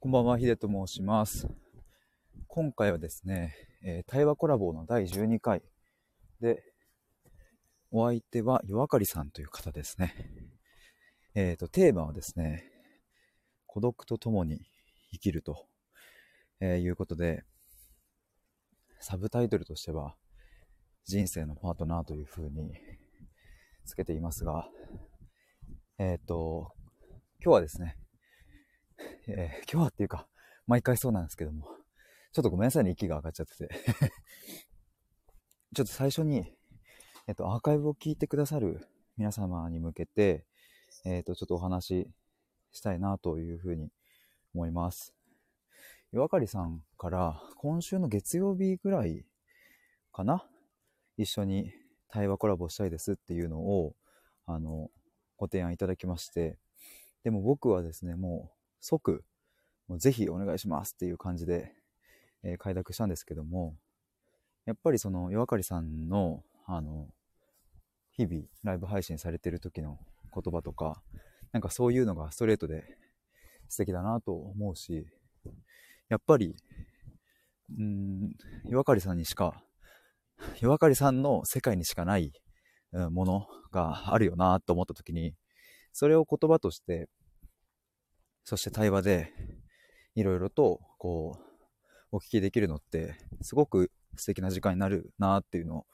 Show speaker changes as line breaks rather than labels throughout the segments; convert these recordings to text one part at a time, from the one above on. こんばんは、ヒデと申します。今回はですね、えー対話コラボの第12回で、お相手は夜明かりさんという方ですね。えっ、と、テーマはですね、孤独と共に生きると、えーいうことで、サブタイトルとしては、人生のパートナーというふうにつけていますが、えっ、と、今日はですね、えー今日はっていうか、毎回そうなんですけども、ちょっとごめんなさいね、息が上がっちゃって て。ちょっと最初に、えっと、アーカイブを聞いてくださる皆様に向けて、えっと、ちょっとお話ししたいなというふうに思います。夜明かりさんから、今週の月曜日ぐらいかな一緒に対話コラボしたいですっていうのを、あの、ご提案いただきまして、でも僕はですね、もう即、もうぜひお願いしますっていう感じで、えー快諾したんですけども、やっぱりその、夜明かりさんの、あの、日々、ライブ配信されてる時の言葉とか、なんかそういうのがストレートで素敵だなと思うし、やっぱり、うーん、夜明かりさんにしか、夜明かりさんの世界にしかないうんものがあるよなと思った時に、それを言葉として、そして対話で、いろいろと、こう、お聞きできるのって、すごく素敵な時間になるなっていうのを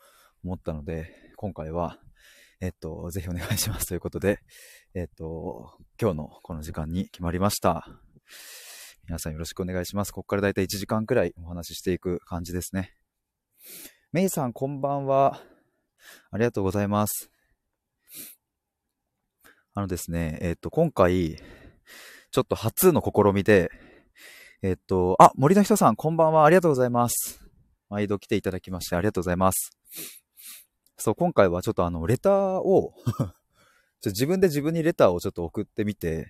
思ったので、今回は、えっと、ぜひお願いします ということで、えっと、今日のこの時間に決まりました。皆さんよろしくお願いします。ここからだいたい1時間くらいお話ししていく感じですね。メイさん、こんばんは。ありがとうございます。あのですね、えっと、今回、ちょっと初の試みで、えっと、あ、森の人さん、こんばんは。ありがとうございます。毎度来ていただきまして、ありがとうございます。そう、今回はちょっとあの、レターを ちょ、自分で自分にレターをちょっと送ってみて、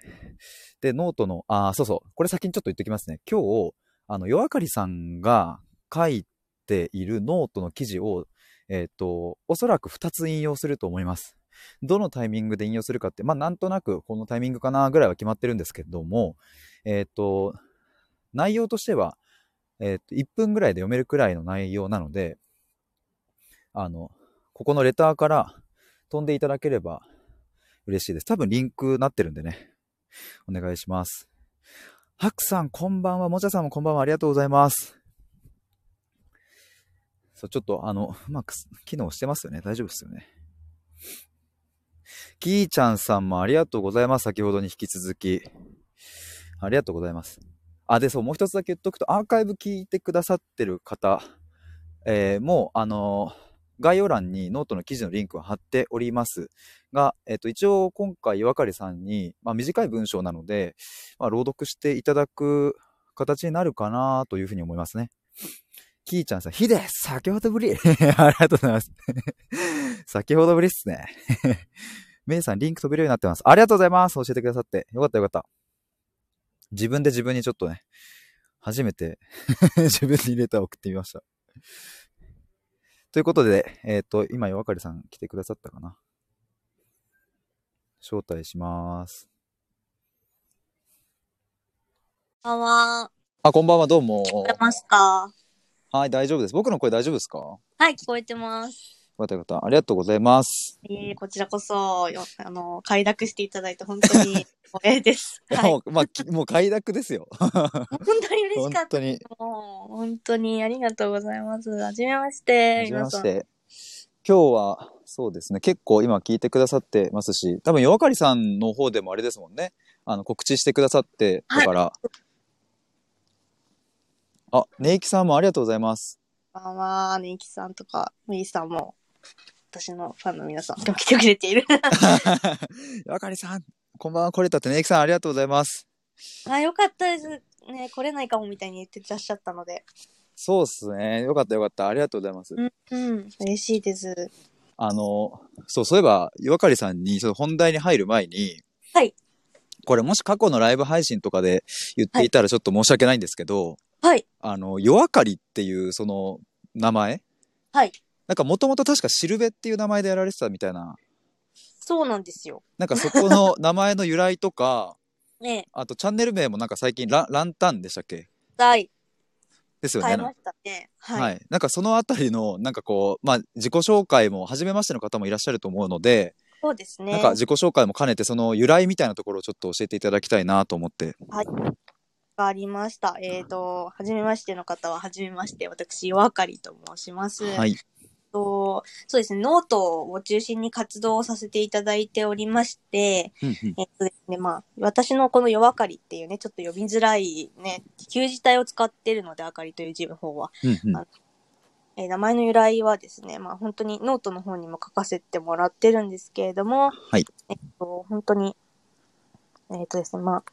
で、ノートの、あー、そうそう、これ先にちょっと言っておきますね。今日、あの、夜明かりさんが書いているノートの記事を、えっと、おそらく2つ引用すると思います。どのタイミングで引用するかって、まあ、なんとなくこのタイミングかなぐらいは決まってるんですけども、えっ、と、内容としては、えっ、と、1分ぐらいで読めるくらいの内容なので、あの、ここのレターから飛んでいただければ嬉しいです。多分リンクなってるんでね、お願いします。ハクさん、こんばんは。もちゃさんもこんばんは。ありがとうございます。そう、ちょっとあの、うまく機能してますよね。大丈夫ですよね。キーちゃんさんもありがとうございます。先ほどに引き続き。ありがとうございます。あ、で、そう、もう一つだけ言っとくと、アーカイブ聞いてくださってる方、えーもう、あのー概要欄にノートの記事のリンクを貼っておりますが、えっ、と、一応今回、岩刈さんに、まあ、短い文章なので、まあ、朗読していただく形になるかなというふうに思いますね。キーちゃんさん、ヒデ先ほどぶり ありがとうございます。 先ほどぶりっすね。メイさん、リンク飛べるようになってます。ありがとうございます。教えてくださって。よかったよかった。自分で自分にちょっとね、初めて 自分にレターを送ってみました。ということで、えっ、と、今、夜明かりさん来てくださったかな。招待します。
こんばんは。
あ、こんばんは、どうも。
聞こえますか
はい、大丈夫です。僕の声大丈夫ですかよ
はい、聞こえてます。
かったよかった。ありがとうございます。
いえいえこちらこそ、よあの、快諾していただいて本当 に光栄です。
いや
は い。
もう、まあ、きもう快諾ですよ。
本当に嬉
本
しかっ
当に。
た。もう、本当にありがとうございます。はじめまし
は
て。
じめまし
皆
て。今日は、そうですね、結構今聞いてくださってますし、多分、夜明かりさんの方でもあれですもんね。あの、告知してくださって、だから。あ、ネイキさんもありがとうござい ます。
さん。こんばんは。ねいきさんとか、むいさんも、私のファンの皆さんでも来てくれている。
夜明かりさん、こんばんは、来れたって、ネイキさんありがとうございます。
あ、よかったです。ね、来れないかもみたいに言ってらっしゃったので。
そうっすね。よかったよかった。ありがとうございます。
うん、うん、嬉しいです。
あの、そう、そういえば、夜明かりさんに、ちょっと本題に入る前に、
はい。
これもし過去のライブ配信とかで言っていたらちょっと申し訳ないんですけど、
はい、
あの、夜明かりっていうその名前
はい。
なんかもともと確かしるべっていう名前でやられてたみたいな。
そうなんですよ。
なんかそこの 名前の由来とか、
ね
あとチャンネル名もなんか最近ランランタンでしたっけ
大
ですよ
変え
ね。
ましたね。
はい、
はい。
なんかそのあたりのなんかこうまあ自己紹介も初めましての方もいらっしゃると思うので、
そうですね。
なんか自己紹介も兼ねてその由来みたいなところをちょっと教えていただきたいなと思って。
がありました。えっ、と、はじめましての方は、はじめまして、私、わかりと申します。
はい
とそうですね、ノートを中心に活動をさせていただいておりまして、
うんうん
えっとですね、まあ、私のこの夜明かりっていうね、ちょっと読みづらいね、旧字体を使ってるので、あかりという字の方は。
うんうん
えー名前の由来はですね、まあ本当にノートの方にも書かせてもらってるんですけれども、
はい
えっと、本当に、えっとですね、まあ、ちょっ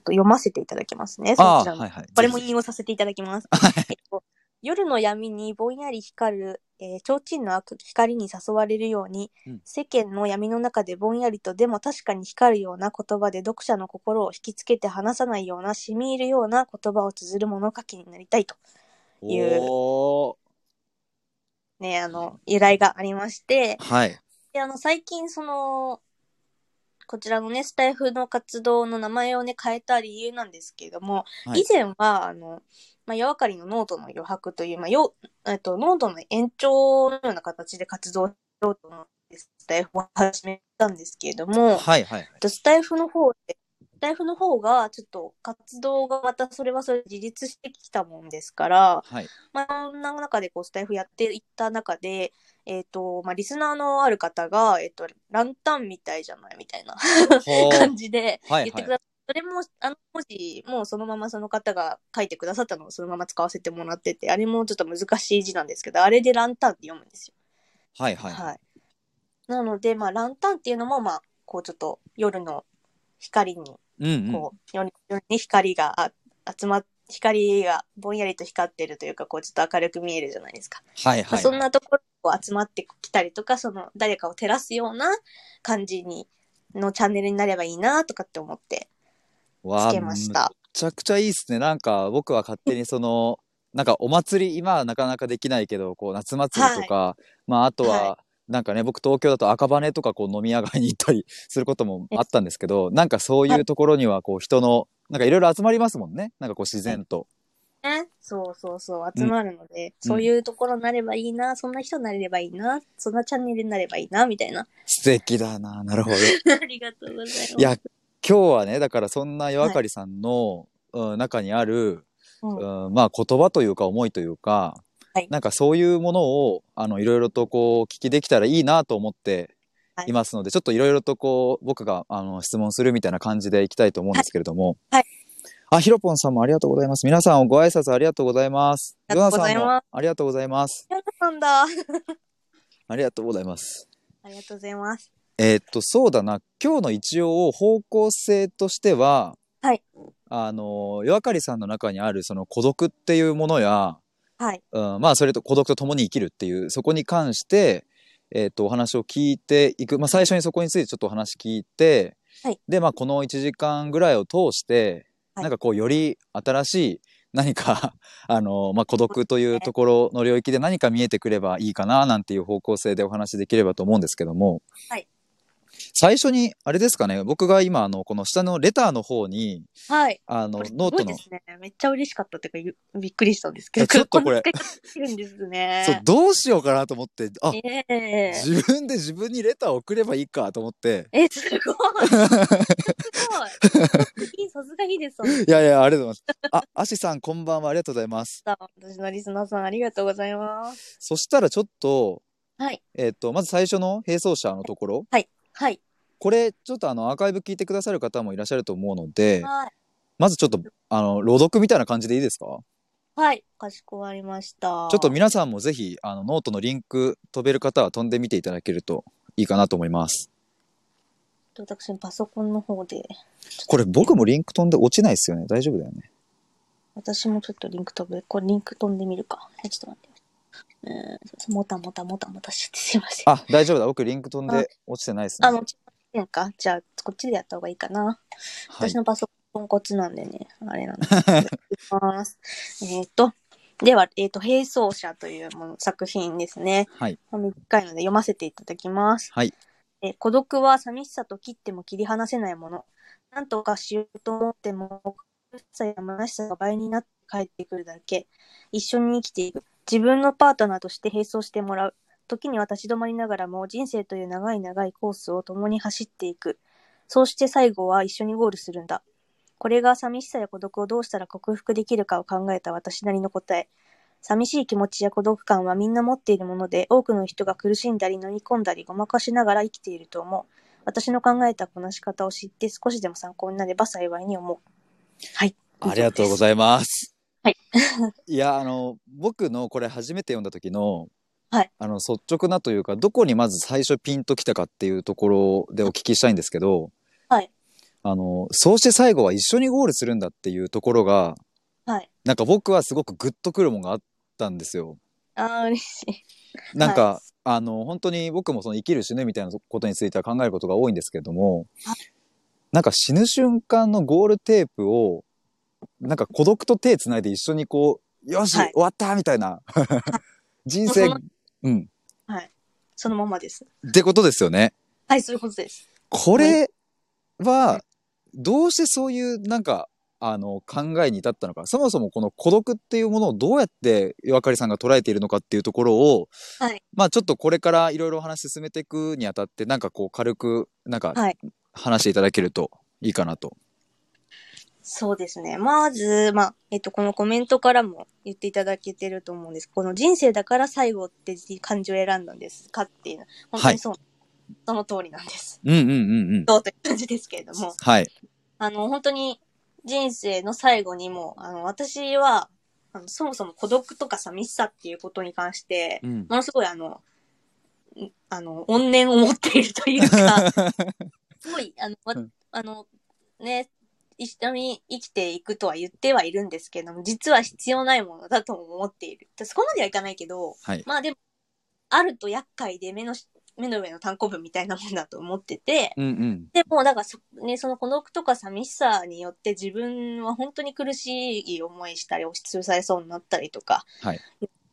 と読ませていただきますね、そ
あ
ちら
あ
の
はいはい。
これも
ぜ
引用させていただきます。えっと夜の闇にぼんやり光る、えー、提灯の光に誘われるように、
うん
世間の闇の中でぼんやりとでも確かに光るような言葉で読者の心を引きつけて離さないような染み入るような言葉を綴る物書きになりたいと
ひ
いう
お
ねあの由来がありまして
ーはい
であの最近そのこちらのねスタイフの活動の名前をね変えた理由なんですけれども、
はい
以前は、あの、まあ、夜明かりのノートの余白という、まあ、よ、えっと、ノートの延長のような形で活動しようと思って、スタイフを始めたんですけれども、
はいはいはい。
えっとスタイフの方で、スタイフの方が、ちょっと活動がまたそれはそれで自立してきたもんですから、
はい
まあ、そんな中でこう、スタイフやっていった中で、えっと、まあ、リスナーのある方が、えっと、ランタンみたいじゃないみたいな
ほー
感じで、
はい
言ってく
は
ださそれも、あの文字、もうそのままその方が書いてくださったのをそのまま使わせてもらってて、あれもちょっと難しい字なんですけど、あれでランタンって読むんですよ。
いはいはい。
なので、まあ、ランタンっていうのも、まあ、こうちょっと夜の光に、
うんうん。
こう、夜夜に光があ集まっ光がぼんやりと光ってるというか、こうちょっと明るく見えるじゃないですか。
はい
まあ
はい。
そんなところにこう集まってきたりとか、その誰かを照らすような感じに、のチャンネルになればいいなとかって思って
わ
つ
あ
けました。
めちゃくちゃいいっすね。なんか僕は勝手にその、なんかお祭り、今はなかなかできないけど、こう夏祭りとか、まああとは、
は
なんかね、僕東京だと赤羽とかこう飲み屋街に行ったり することもあったんですけど、なんかそういうところにはこう人の、なんかいろいろ集まりますもんね。なんかこう自然と。
ね、そうそうそう、集まるので、そういうところになればいいな、そんな人になればいいな、そんなチャンネルになればいいな、みた いな。
素敵だな。なる ほど。
ありがとうございます。
いや、今日はね、だからそんな夜明かりさんの、うん中にある、
うん、は
うん、まあ言葉というか思いというか、
はい
なんかそういうものをあのいろいろとこう聞きできたらいいなと思って
はい
いますので、ちょっといろいろとこう僕があの質問するみたいな感じでいきたいと思うんですけれども、
はいはい
あひろぽんさんもありがとうございます皆さんご挨拶ありがとうございます
ありがとうご
ヨナ
ざい
さん
ます
もありがとうございます
やなんだ。あ
ありがとうございます
りがとうございます。
えーっとそうだな今日の一応方向性としては、
はい
あの夜明かりさんの中にあるその孤独っていうものや
はい。
うん、まあそれと孤独と共に生きるっていうそこに関して、えー、とお話を聞いていく、まあ、最初にそこについてちょっとお話聞いて、
はい
で、まあ、この1時間ぐらいを通して、
はい
なんかこうより新しい何か あの、まあ、孤独というところの領域で何か見えてくればいいかななんていう方向性でお話できればと思うんですけども、
はい
最初にあれですかね僕が今あのこの下のレターの方に
はい。
あの
これす
ノー
ご
ト
いで
の
すね。めっちゃ嬉しかったっていうかゆ、びっくりしたんですけど。
ちょっとこれ
んな使い方できるんですね。
そうどうしようかなと思ってあ
ええ
自分で自分にレターを送ればいいかと思って。
え、す ごい。すごい。さすがヒデさん
いやいや、ありがとうございます。あ、アシさん、こんばんは。ありがとうございます。
だ。私のリスナーさん、ありがとうございます。
そしたら、ちょっと、
はい。
えっ、と、まず最初の並走者のところ。
はい。
これ、ちょっとあの、アーカイブ聞いてくださる方もいらっしゃると思うので、
はい。
まずちょっと、あの、朗読みたいな感じでいいですか
はい。かしこまりました。
ちょっと皆さんもぜひ、あの、ノートのリンク飛べる方は飛んでみていただけるといいかなと思います。
私パソコンの方で、
これ、僕もリンク飛んで落ちないですよね。大丈夫だよね。
私もちょっとリンク飛ぶ。これリンク飛んでみるか。えちょっと待って。うーんそうそう、もたもたもたもたしちゃってすいません。
あ、大丈夫だ。僕、リンク飛んで落ちてないですね。
あの、ちょっとか。じゃあ、こっちでやった方がいいかな。
はい
私。のパソコンこっちなんでね、あれな んですけど。いきますえっと、では、えっ、と、並走者というもの作品ですね。
はい。
まあ短いので読ませていただきます。
はい。
えー孤独は寂しさと切っても切り離せないもの。なんとかしようと思っても、苦しさや虚しさが倍になって帰ってくるだけ。一緒に生きていく。自分のパートナーとして並走してもらう。時には立ち止まりながらも人生という長い長いコースを共に走っていく。そうして最後は一緒にゴールするんだ。これが寂しさや孤独をどうしたら克服できるかを考えた私なりの答え。寂しい気持ちや孤独感はみんな持っているもので、多くの人が苦しんだり飲み込んだりごまかしながら生きていると思う。私の考えたこなし方を知って少しでも参考になれば幸いに思う。はい。
ありがとうございます。
はい。
いや、あの、僕のこれ初めて読んだ時の、
はい
あの、率直なというか、どこにまず最初ピンときたかっていうところでお聞きしたいんですけど、
はい。
あの、そうして最後は一緒にゴールするんだっていうところが、
はい。
なんか僕はすごくグッとくるものがあったんですよ。
ああ、嬉しい。
なんか、あの、本当に僕もその生きる死ぬみたいなことについては考えることが多いんですけれども
は、
なんか死ぬ瞬間のゴールテープを、なんか孤独と手つないで一緒にこう、よし、
はい
終わったみたいな。 人生
もう、
うん。
はい。そのままです。
ってことですよね。
はい、そういうことです。
これ
は、
はいどうしてそういう、なんか、あの、考えに至ったのか。そもそもこの孤独っていうものをどうやって、岩刈さんが捉えているのかっていうところを、
はい
まあちょっとこれからいろいろお話進めていくにあたって、なんかこう軽く、なんか
はい、
話していただけるといいかなと。
そうですね。まず、まあ、えっと、このコメントからも言っていただけてると思うんです。この人生だから最後って漢字を選んだんですかっていうのは、本当にそう、その通りなんです。
うんうんうんうん。
どうという感じですけれども、
はい。
あの、本当に人生の最後にも、あの、私は、あのそもそも孤独とか寂しさっていうことに関して、
うん。
ものすごいあの、んあの、怨念を持っているというか、すごい、あの、わ
うん
あの、ね、一緒に生きていくとは言ってはいるんですけども、実は必要ないものだとも思っている。そこまではいかないけど、
はい。
まあでも、あると厄介で目のし、目の上の単行部みたいなもんだと思ってて、
うん うん。
でも、だからそ、ね、その孤独とか寂しさによって自分は本当に苦しい思いしたり、押しつぶされそうになったりとか、
はい。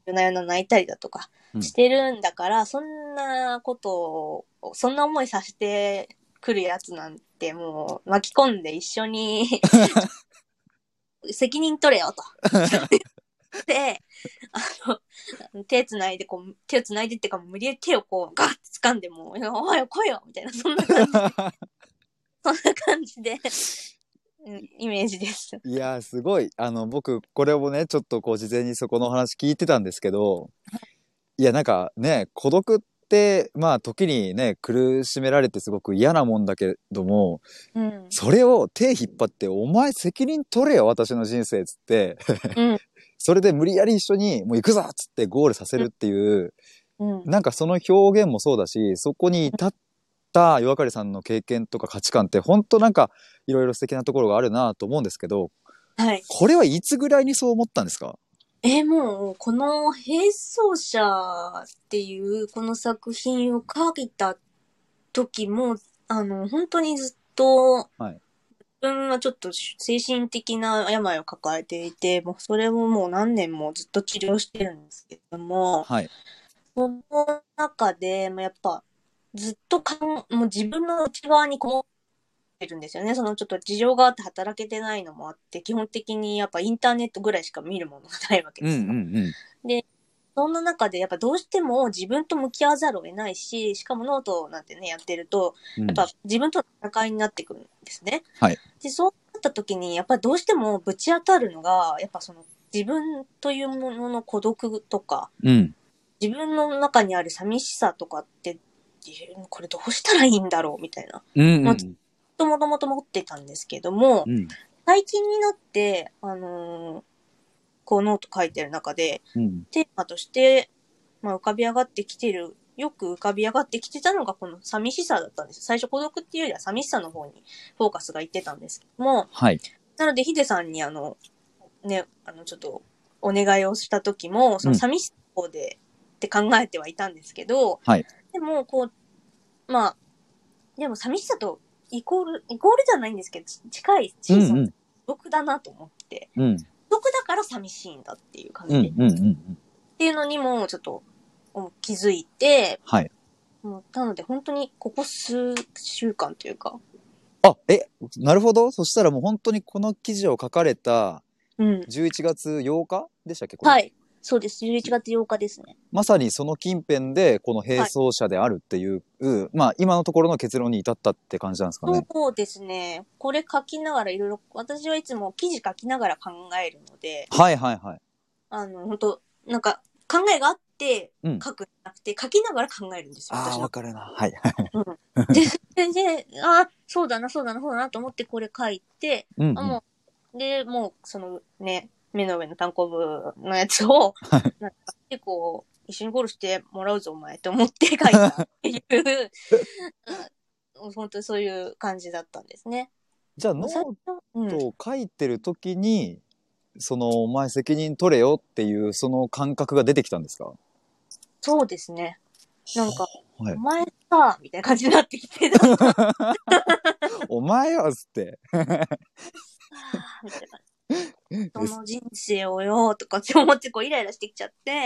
夜な夜な泣いたりだとか
うん
してるんだから、そんなことを、そんな思いさせてくるやつなんてもう巻き込んで一 緒に責任取れよと。で、あの、手つないでこう、手をつないでっていうか無理やり手をこうガッて掴んでもう、おいよ来いよみたいな、そんな感じ、そんな感じで、うんイメージです。
いやーすごいあの僕これをねちょっとこう事前にそこのお話聞いてたんですけどいやなんかね孤独ってまあ時にね苦しめられてすごく嫌なもんだけども
うん。
それを手引っ張って「お前責任取れよ私の人生」っつって
うん。
それで無理やり一緒に「もう行くぞ!」っつってゴールさせるっていう
うん。
なんかその表現もそうだしそこに至った岩刈さんの経験とか価値観って本当なんかいろいろ素敵なところがあるなと思うんですけど
はい。
これはいつぐらいにそう思ったんですか
えー、もう、この、並走者っていう、この作品を書いた時も、あの、本当にずっと、
はい
自分はちょっと精神的な病を抱えていて、もうそれをもう何年もずっと治療してるんですけども、
はい。
その中で、まあやっぱ、ずっとかん、もう自分の内側にこもってるんですよね。そのちょっと事情があって働けてないのもあって、基本的にやっぱインターネットぐらいしか見るものがないわけ
うん
ですよ。
うんうん。
そんな中で、やっぱどうしても自分と向き合わざるを得ないし、しかもノートなんてね、やってると、
うん
やっぱ自分との戦いになってくるんですね。
はい。
で、そうなった時に、やっぱりどうしてもぶち当たるのが、やっぱその自分というものの孤独とか、
うん。
自分の中にある寂しさとかって、これどうしたらいいんだろうみたいな。
うん
まずともともと持ってたんですけども、
うん。
最近になって、あのーこうノート書いてる中で、
うん。
テーマとして、まあ、浮かび上がってきてる、よく浮かび上がってきてたのがこの寂しさだったんです。最初孤独っていうよりは寂しさの方にフォーカスがいってたんですけども、
はい。
なのでヒデさんにあの、ね、あの、ちょっとお願いをした時も、その寂しさの方で、って考えてはいたんですけど、
はい
でも、こう、まあ、でも寂しさとイコール、イコールじゃないんですけど、ち近い
うん
小さ
う
なん孤独だなと思って、
うん。
孤独だから寂しいんだっていう感
う
じで
ん。うんうん。
っていうのにもちょっとうん気づいて、
はい。
もうなので本当にここ数週間というか、
あ、え、なるほど。そしたらもう本当にこの記事を書かれた
うん。
11月8日でしたっけこれ
はい。そうです。11月8日ですね。
まさにその近辺でこの並走者であるっていう、まあ今のところの結論に至ったって感じなんですかね。
そうですね。これ書きながらいろいろ、私はいつも記事書きながら考えるので、
はいはいはい。
あの、本当なんか、考えがあって
うん
書くんじゃなくて、書きながら考えるんですよ、
あ
私
あ、
は
わ。かるな。はい。
で、それで、あそうだな、そうだな、そうだなと思ってこれ書いて、
うん、うん。
あ
は
もう、で、もう、そのね、目の上の単行部のやつを、なんか結構、一緒にゴールしてもらうぞ、お前、と 思って書いたっていう、うん本当にそういう感じだったんですね。
じゃあノ
最
ー
初うん
トを書いてる時に、そのお前責任取れよっていうその感覚が出てきたんです か
そうですね。なんか、
はい
お。前さ、みたいな感じになって きて、なんか
お前はっつって。
みたいなその人生をよ、とかって思って、こう、イライラしてきち ゃって、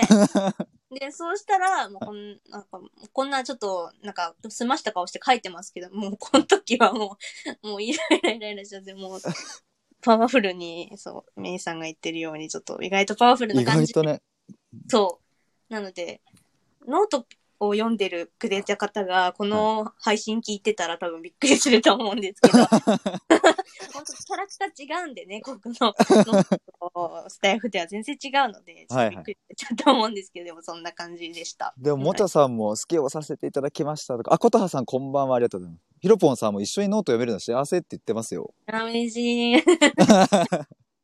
で、そうしたら、もうこん、なんか、こんなちょっと、なんか、すました顔して書いてますけど、もう、この時はもう、もう、イライライライラしちゃって、もう、パワフルに、そう、メイさんが言ってるように、ちょっと、意外とパワフルな
意
感
外
じ。
とね。
そう。なので、ノートを読んでるくれた方が、この配信聞いてたら多分びっくりすると思うんです けど、本当キャラクター違うんでね、ここのノートスタイフでは全然違うので、ちょっとびっくりしちゃったと思うんですけど、でもそんな感じでした。
でも、もちゃさんも好きをさせていただきましたとか、あ、ことはさんこんばんはありがとうございます。ひろぽんさんも一緒にノート読めるの幸せって言ってますよ。
あ嬉し い。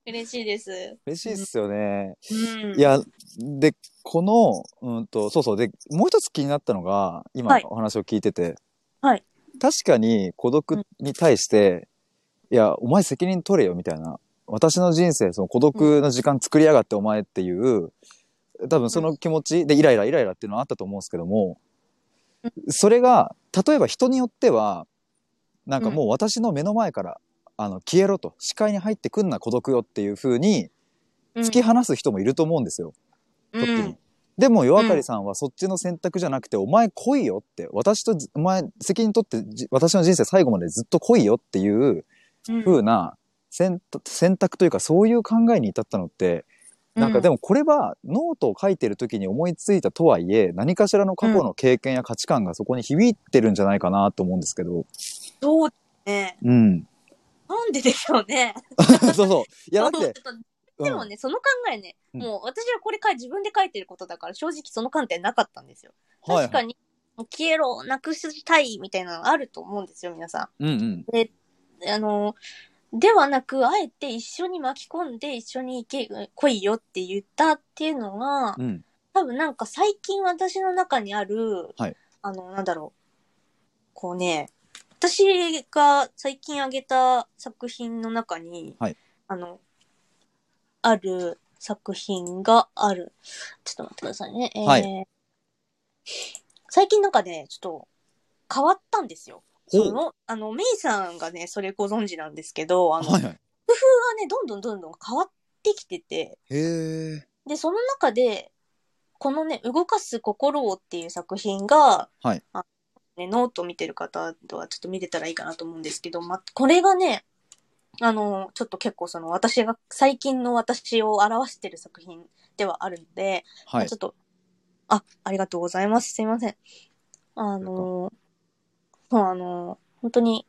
嬉しいです。
嬉しいっすよね。
うん。
いや、で、この、うんと、そうそう、で、もう一つ気になったのが、今
はい
お話を聞いてて、
はい
確かに孤
う
独
ん
に対して、いや、お前責任取れよ、みたいな。私の人生、その孤独の時間作りやがって、お前っていう、多分その気持ちでイライライライラっていうのはあったと思うんですけども
う、
それが、例えば人によっては、なんかもう私の目の前から、あの、消えろと、視界に入ってくんな、孤独よっていう風に、
うん、
突き放す人もいると思うんですよ。
うん
時に。でも、夜明かりさんはそっちの選択じゃなくて、お前来いよって、私とず、お前責任取ってじ、私の人生最後までずっと来いよっていう
うん
風な選択選択というか、そういう考えに至ったのって、なんかでもこれはノートを書いてる時に思いついたとはいえ、何かしらの過去の経験や価値観がそこに響いてるんじゃないかなと思うんですけど。
そうですね。
うん。
なんででしょうね。
そうそう。い や、だって、うん
でもね、その考えね、
うん
もう私はこれか自分で書いてることだから、正直その観点なかったんですよ。
はい
確かに、もう消えろ、なくしたいみたいなのあると思うんですよ、皆さ
うんうん。
ん。あの、ではなく、あえて一緒に巻き込んで一緒に行け、来いよって言ったっていうのが、
うん。
多分なんか最近私の中にある、
はい
あの、なんだろう。こうね、私が最近あげた作品の中に、
はい
あの、ある作品がある。ちょっと待ってくださいね。えー
は
最近なんかね、ちょっと変わったんですよ。
ほう
その、あの、メイさんがね、それご存知なんですけど、あの、
はいはい。
僕がね、どんどんどんどん変わってきてて、
へえ。
で、その中で、このね、動かす心をっていう作品が、
はい
あね、ノート見てる方とはちょっと見てたらいいかなと思うんですけど、ま、これがね、あの、ちょっと結構その私が、最近の私を表してる作品ではあるので、
はい
ちょ。っと、あ、ありがとうございます。すいません。あの、そう、あの、本当に、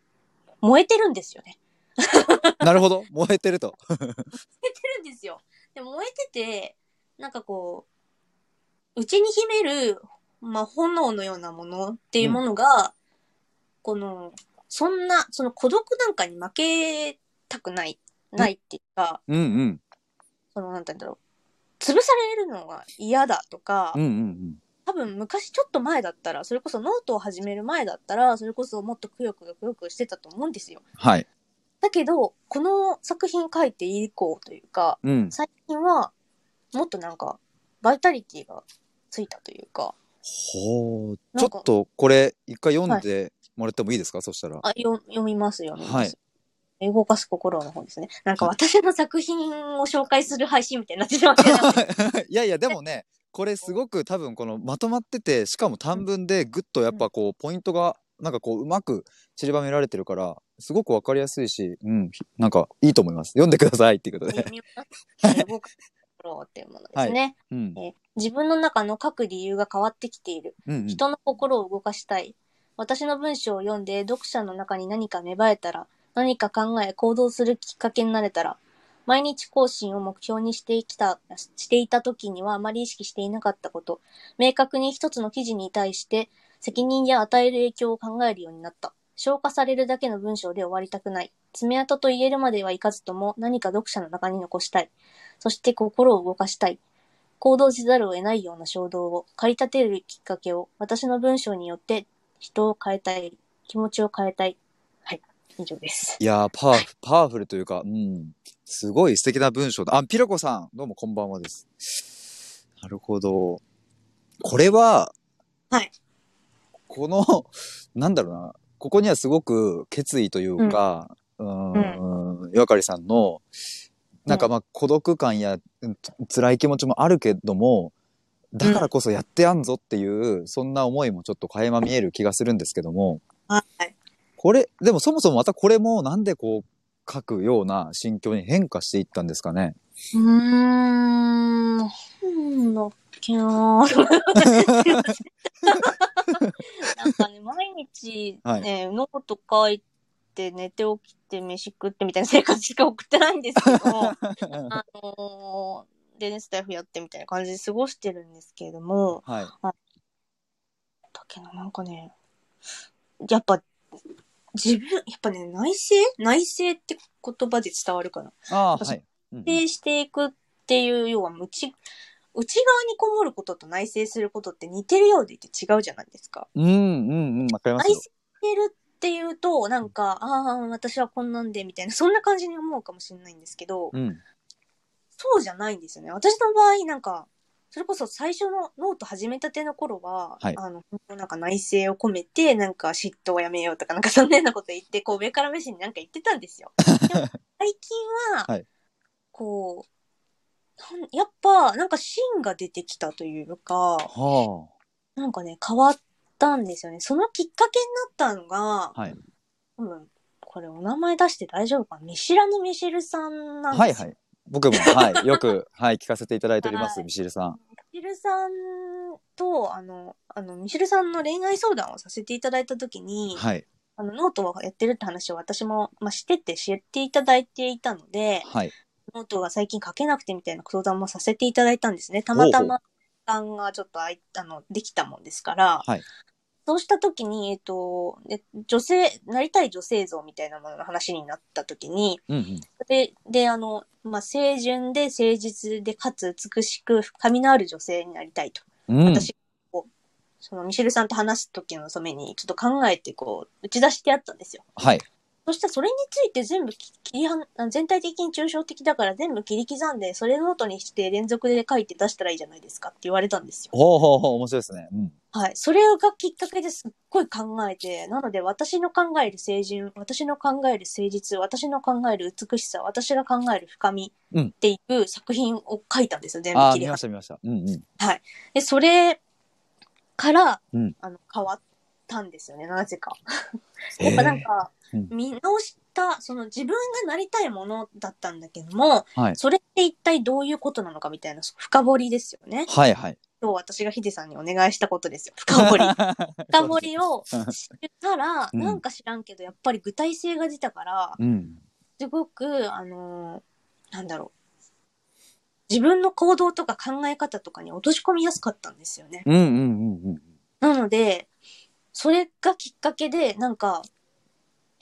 燃えてるんですよね。
なるほど。燃えてると。
燃えてるんですよ。でも燃えてて、なんかこう、内に秘める、まあ、炎のようなものっていうものが、この、そんな、その孤独なんかに負けたくない、ないっていうか、
うんうん。
その、なんて言うんだろう。潰されるのが嫌だとか
うん、うんうん。
多分昔ちょっと前だったら、それこそノートを始める前だったら、それこそもっとくよくよくよくよしてたと思うんですよ。
はい。
だけど、この作品書いて以降というか、
うん。
最近はもっとなんかバイタリティがついたというか
ほう。ち
な
ょ
んか
っとこれ一回読んでもらってもいいですか、そしたら。
あよ読みます読みます、動かす心の方ですねなんか私の作品を紹介する配信みたいになってし まっ て
いやいやでもねこれすごく多分このまとまっててしかも短文でぐっとやっぱこうポイントがなんかこう、うまく散りばめられてるから、すごくわかりやすいし、うん、ひなんかいいと思います。読んでくださいっていうことで。
読みますね僕の心っていうものですね、
うん。
えー自分の中の書く理由が変わってきている。
うん、うん。
人の心を動かしたい。私の文章を読んで読者の中に何か芽生えたら、何か考え行動するきっかけになれたら、毎日更新を目標にしてきた、していた時にはあまり意識していなかったこと、明確に一つの記事に対して責任や与える影響を考えるようになった。消化されるだけの文章で終わりたくない。爪痕と言えるまではいかずとも何か読者の中に残したい。そして心を動かしたい。行動せざるを得ないような衝動を駆り立てるきっかけを私の文章によって人を変えたい気持ちを変えたいはい以上です
いやー、パワフ、パワフルというか、うん。すごい素敵な文章だ。あ、ピロコさん、どうもこんばんはです。なるほど。これは、
はい。
この、なんだろうな、ここにはすごく決意というか、うーん、ん、岩刈さんの、なんかまあ、孤独感や、うん辛い気持ちもあるけども、だからこそやってやんぞっていう、そんな思いもちょっと垣間見える気がするんですけども、
はい
これ、でもそもそもまたこれもなんでこう書くような心境に変化していったんですか ね。
うーん本のきょなんかね毎日
は
ね、ノート書いて寝て起きて飯食ってみたいな生活しか送ってないんですけどあのー、でねスタイフやってみたいな感じで過ごしてるんですけれども、
はい。
だっけな、なんかね、やっぱ、自分、やっぱね、内省内省って言葉で伝わるかな。
ああー、
私
はい。うん
内省していくっていう、要は、内、内側にこもることと内省することって似てるようでいて違うじゃないですか。
うんうんうん、わかります
内
よ
省。してるっていうと、なんか、ああ、私はこんなんで、みたいな、そんな感じに思うかもしれないんですけど、
うん。
そうじゃないんですよね。私の場合、なんか、それこそ最初のノート始めたての頃は、
はい
あの、本当なんか内省を込めて、なんか嫉妬をやめようとか、なんかそんなようなこと言って、こう上から目線になんか言ってたんで すよ。でも最近は、
はい
こう、なんやっぱ、なんか芯が出てきたというか、
は
なんかね、変わったんですよね。そのきっかけになったのが、
あ。はい。
多分、これお名前出して大丈夫かな見知らぬミシェルさんなんですよ。
はいはい。僕も、はい。よく、はい、聞かせていただいておりま
は
す、
い
ミシルさん。
ミシェルさんと、あの、あの、ミシェルさんの恋愛相談をさせていただいたときに、
はい。
あの、ノートをやってるって話を私も、まあ、してて知っていただいていたので、
はい。
ノートが最近書けなくてみたいな相談もさせていただいたんですね。たまたま、時間がちょっとあい、あの、できたもんですから、
はい
そうしたときに、えっと、で女性、なりたい女性像みたいなものの話になったときに、
うんうん。
で、で、あの、まあ、清純で誠実で、かつ美しく、深みのある女性になりたいと。
うん。
私そのミシェルさんと話す時のために、ちょっと考えて、こう、打ち出してあったんですよ。
はい。
そしたらそれについて全部き切りはん、あ全体的に抽象的だから全部切り刻んで、それノートにして連続で書いて出したらいいじゃないですかって言われたんですよ。
ほうほうほう、面白いですね。うん。
はい。それがきっかけですっごい考えて、なので私の考える清純、私の考える誠実、私の考える美しさ、私が考える深み
うん
っていう作品を書いたんですよ、全部
ああ、
切
見
り離
ました見ました。うんうん。
で、それから、
うん
あの変わったんですよね、なぜか。
へえ
やっぱなんか、
うん
見直した、その自分がなりたいものだったんだけども、
はい
それって一体どういうことなのかみたいな深掘りですよね。
はいはい。
今日私がヒデさんにお願いしたことですよ。深掘り。深掘りを
そうで
知ったら、
うん
なんか知らんけど、やっぱり具体性が出たから、
うん。
すごく、あのーなんだろう。自分の行動とか考え方とかに落とし込みやすかったんですよね。
うんうんうんうん。
なので、それがきっかけで、なんか、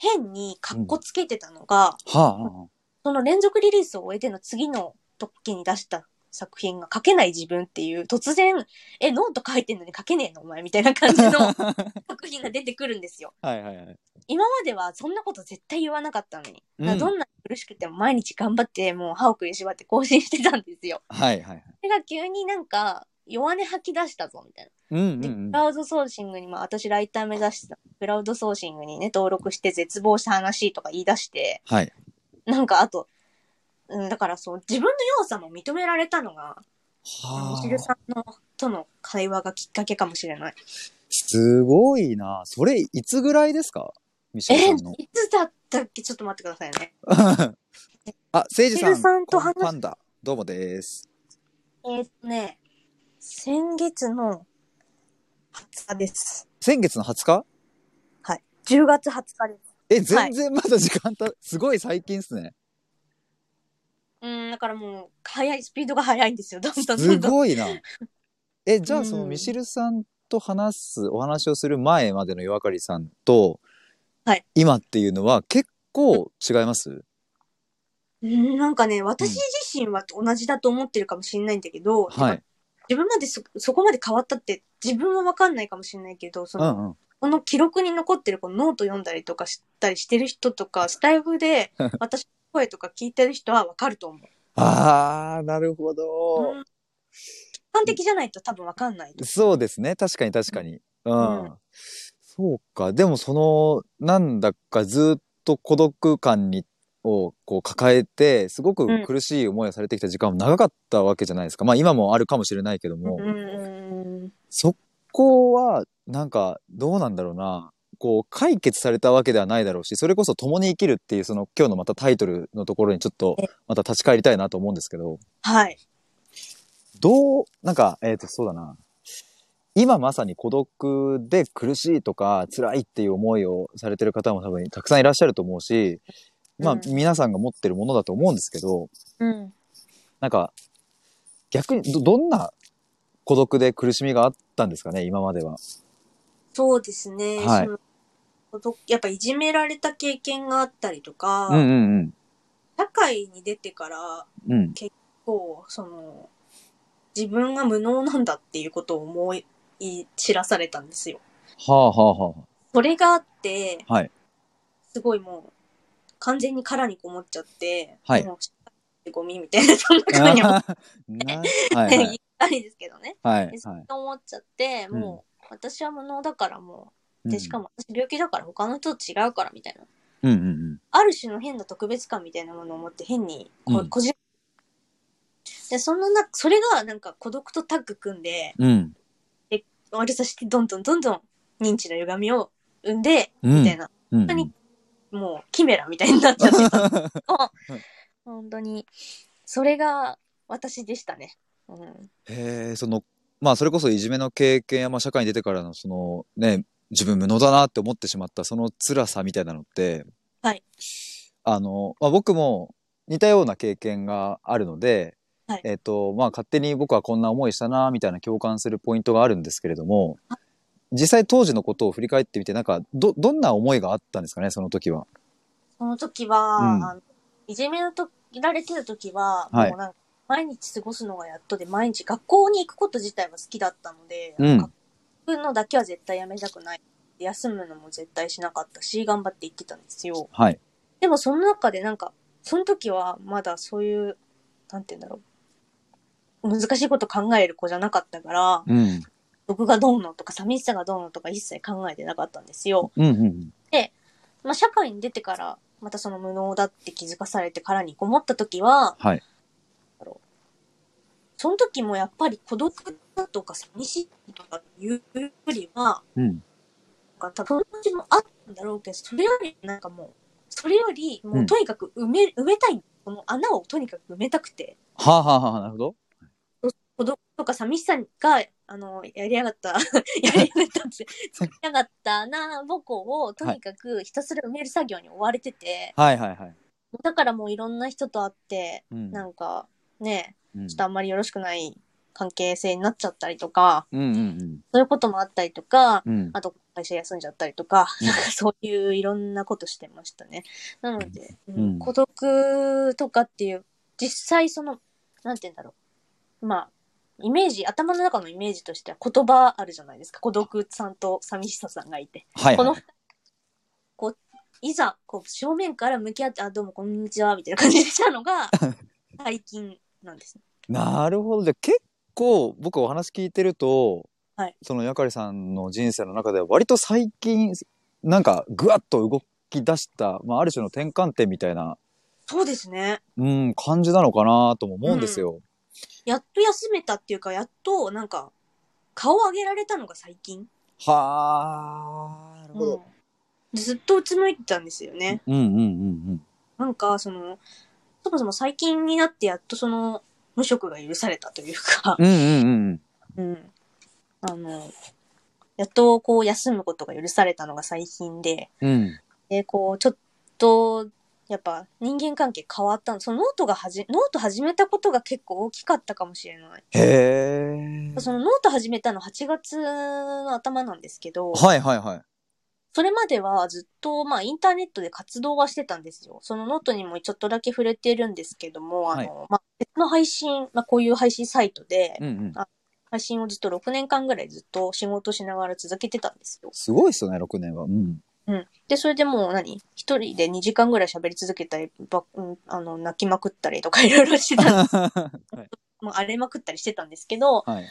変にカッコつけてたのが、
はあは
その連続リリースを終えての次の時に出した作品が書けない自分っていう、突然、え、ノート書いてんのに書けねえのお前みたいな感じ の作品が出てくるんですよ。
あ。はいはいはい。
今まではそんなこと絶対言わなかったのに、
うん
だからどんなに苦しくても毎日頑張って、もう歯を食いしばって更新してたんですよ。
はいはいはい。
それが急になんか、弱音吐き出したぞみたいな。
うんうん
で
うん
ク。ラウドソーシングに、まあ、私ライター目指してたクラウドソーシングにね、登録して絶望した話とか言い出して、
はい。
なんかあと、うん、だからそう、自分の弱さも認められたのが、ミシ
は
ル
あ
さんのとの会話がきっかけかもしれない。
すごいな。それ、いつぐらいですかミシェルさんの。
いつだったっけちょっと待ってくださいね。
あ、せいじさ
ミシェ
ん。
ルさんと
こ
話
パンダ。どうもです。
えっ、とね、先月の20日です。
先月の20日
はい。10月20日です。
え、全然まだ時間た、すごい最近っす ね。
うん、だからもう、早い、スピードが速いんですよ。どんどんど
す
んどん。
ごいな。え、じゃ
う
あ
ん
そのミシェルさんと話す、お話をする前までの夜明かりさんと、
はい
今っていうのは結構違います
うんなんかね、私自身は同じだと思ってるかもしれないんだけど、
はい。
自分までそそこまで変わったって自分は分かんないかもしれないけど、そ
うん
の、
うん。
この記録に残ってるこのノート読んだりとかしたりしてる人とか、スタイ フで私の声とか聞いてる人は分かると思う。
あー、なるほど。
うん一般的じゃないと多分分かんないと。
そうですね。確かに確かに。うん。
うん
そうか。でもその、なんだかずっと孤独感に、をこう抱えて、すご
うん
く苦しい思いをされてきた時間も長かったわけじゃないですか。まあ今もあるかもしれないけども。
うん。
そこは、なんか、どうなんだろうな。こう、解決されたわけではないだろうし、それこそ共に生きるっていう、その今日のまたタイトルのところにちょっと
え、
また立ち返りたいなと思うんですけど、
はい。
どう、なんか、えっ、と、そうだな。今まさに孤独で苦しいとか辛いっていう思いをされてる方も多分たくさんいらっしゃると思うし、まあ
うん
皆さんが持ってるものだと思うんですけど、
うん。
なんか逆にどどんな孤独で苦しみがあったんですかね、今までは。
そうですね。
はい
その孤独やっぱいじめられた経験があったりとか、
うんうんうん。
社会に出てから、
うん。
こう、その、自分が無能なんだっていうことを思い知らされたんですよ。
はあはあは
それがあって、
はい
すごいもう、完全に殻にこもっちゃって、
はい
もうゴミみたいな、そんな
あ。
感じも
なはいは
言
い
い。たいですけどね。
はい
でそう
はい。
思っちゃって、
うん
もう、私は無能だからも
う
う、
ん
で、しか。も私病気だから他の人と違うからみたいな。
うんうんうん。
ある種の変な特別感みたいなものを持って変にこ、
うん
こじで、そんなな、それがなんか孤独とタッグ組んで、
うん。
悪さしてどんどんどんどん認知の歪みを生んで、
うん
みたいな、
うん。
当にもうキメラみたいになっちゃ ってたの本当に、それが私でしたね。うん。
へえ、その、まあ、それこそいじめの経験や、まあ、社会に出てからの、その、ね、自分無能だなって思ってしまった、その辛さみたいなのって、
はい。
あの、まあ、僕も似たような経験があるので、
はい
えっと、まあ、勝手に僕はこんな思いしたな、みたいな共感するポイントがあるんですけれども、実際当時のことを振り返ってみて、なんか、ど、どんな思いがあったんですかね、その時は。
その時は、
うん
あのいじめのとられてた時は、
はい
もうなんか、毎日過ごすのがやっとで、毎日学校に行くこと自体は好きだったので、
うん
学校のだけは絶対やめたくない。休むのも絶対しなかったし、頑張って行ってたんですよ。
はい。
でもその中でなんか、その時はまだそういう、なんて言うんだろう。難しいこと考える子じゃなかったから、
うん。
毒がどうのとか寂しさがどうのとか一切考えてなかったんですよ。
うんうん
まあ社会に出てから、またその無能だって気づかされてからにこもった時は、
はい。
その時もやっぱり孤独だとか寂しいとかいうよりは、
うん。
なんか友達もあったんだろうけど、それよりなんかもう、それよりもうとにかく埋め、埋めたい。この穴をとにかく埋めたくて。
はあ、はあはあ、なるほど。
孤独とか寂しさが、あの、やりやがった、 やりやがったって、作りやがったな、母校を、とにかくひたすら埋める作業に追われてて、
はいはいはい。
だからもういろんな人と会って、
うん。
なんか、ね、
うん
ちょっとあんまりよろしくない関係性になっちゃったりとか、
うんうん
そういうこともあったりとか、
うん。うん。
あと会社休んじゃったりとか、
うん
なんかそういういろんなことしてましたね。なので、うん
うん
孤独とかっていう、実際その、なんて言うんだろう。まあ、イメージ、頭の中のイメージとしては言葉あるじゃないですか。孤独さんと寂しささんがいて。
はい
この
は
二人、こう、いざ、こう、正面から向き合って、あ、どうもこんにちは、みたいな感じでしたの が、最近なんですね。
い。なるほど。じゃあ結構僕お話聞いてると、
はい
そのやかりさんの人生の中では割と最近、なんかぐわっと動き出した、まあある種の転換点みたいな、
そうですね。
うん、感じなのかなとも思うんですよ。
やっと休めたっていうか、やっと、なんか、顔上げられたのが最近。
はあ、なるほど。
うんずっとうつむいてたんですよね。
うんうんうん
なんか、その、そもそも最近になってやっとその、無職が許されたというか
う、ん。うんうんうん。
うん。あの、やっとこう休むことが許されたのが最近で、
うん。
で、こう、ちょっと、やっぱ人間関係変わったの。そのノートがはじ、ノート始めたことが結構大きかったかもしれない。
へえ。
そのノート始めたの8月の頭なんですけど、
はいはいはい。
それまではずっと、まあ、インターネットで活動はしてたんですよ。そのノートにもちょっとだけ触れてるんですけども、あの、まあ、別の配信、まあ、こういう配信サイトで、
うんうん。
配信をずっと6年間ぐらいずっと仕事しながら続けてたんですよ。
すごいっすよね、6年は。う ん。
で、それでもう何一人で2時間ぐらい喋り続けたり、ばうん、あの、泣きまくったりとかいろいろして た、
はい。
もう荒れまくったりしてたんですけど、
はい。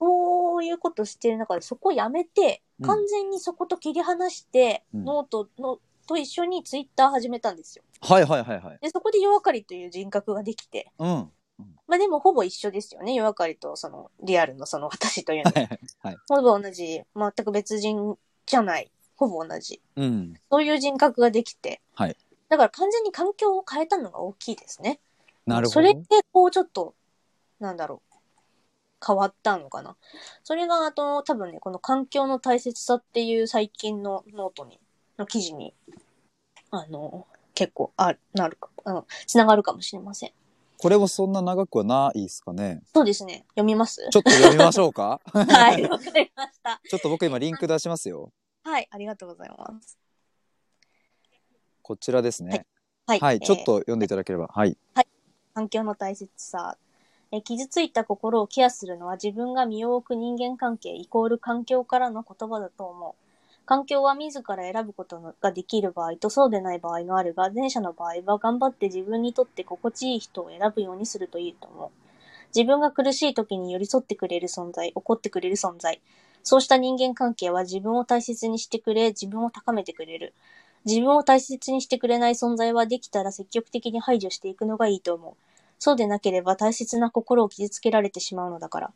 こういうことしてる中でそこをやめて、
うん
完全にそこと切り離して、
うん
ノートの、と一緒にツイッター始めたんですよ。
はいはいはいはい。
で、そこで夜明かりという人格ができて、
うん。は
まあでもほぼ一緒ですよね。夜明かりとそのリアルのその私というの
い
は。
はいはい。
ほぼ同じ、全く別人じゃない。ほぼ同じ。
うん。
そういう人格ができて。
はい
だから完全に環境を変えたのが大きいですね。
なるほど。
それで、こうちょっと、なんだろう。変わったのかな。それが、あと、多分ね、この環境の大切さっていう最近のノートに、の記事に、あの、結構、あ、なるか、あの、つながるかもしれません。
これもそんな長くはないですかね。
そうですね。読み ます
ちょっと読みましょうか。
はい、わかりました。
ちょっと僕今リンク出しますよ。
はい、ありがとうございます。
こちらですね。
はい、
はい、
えー
ちょっと読んでいただければ。はい。
環境の大切さ。えー傷ついた心をケアするのは自分が身を置く人間関係イコール環境からの言葉だと思う。環境は自ら選ぶことができる場合とそうでない場合があるが、前者の場合は頑張って自分にとって心地いい人を選ぶようにするといいと思う。自分が苦しい時に寄り添ってくれる存在、怒ってくれる存在。そうした人間関係は自分を大切にしてくれ、自分を高めてくれる。自分を大切にしてくれない存在はできたら積極的に排除していくのがいいと思う。そうでなければ大切な心を傷つけられてしまうのだから。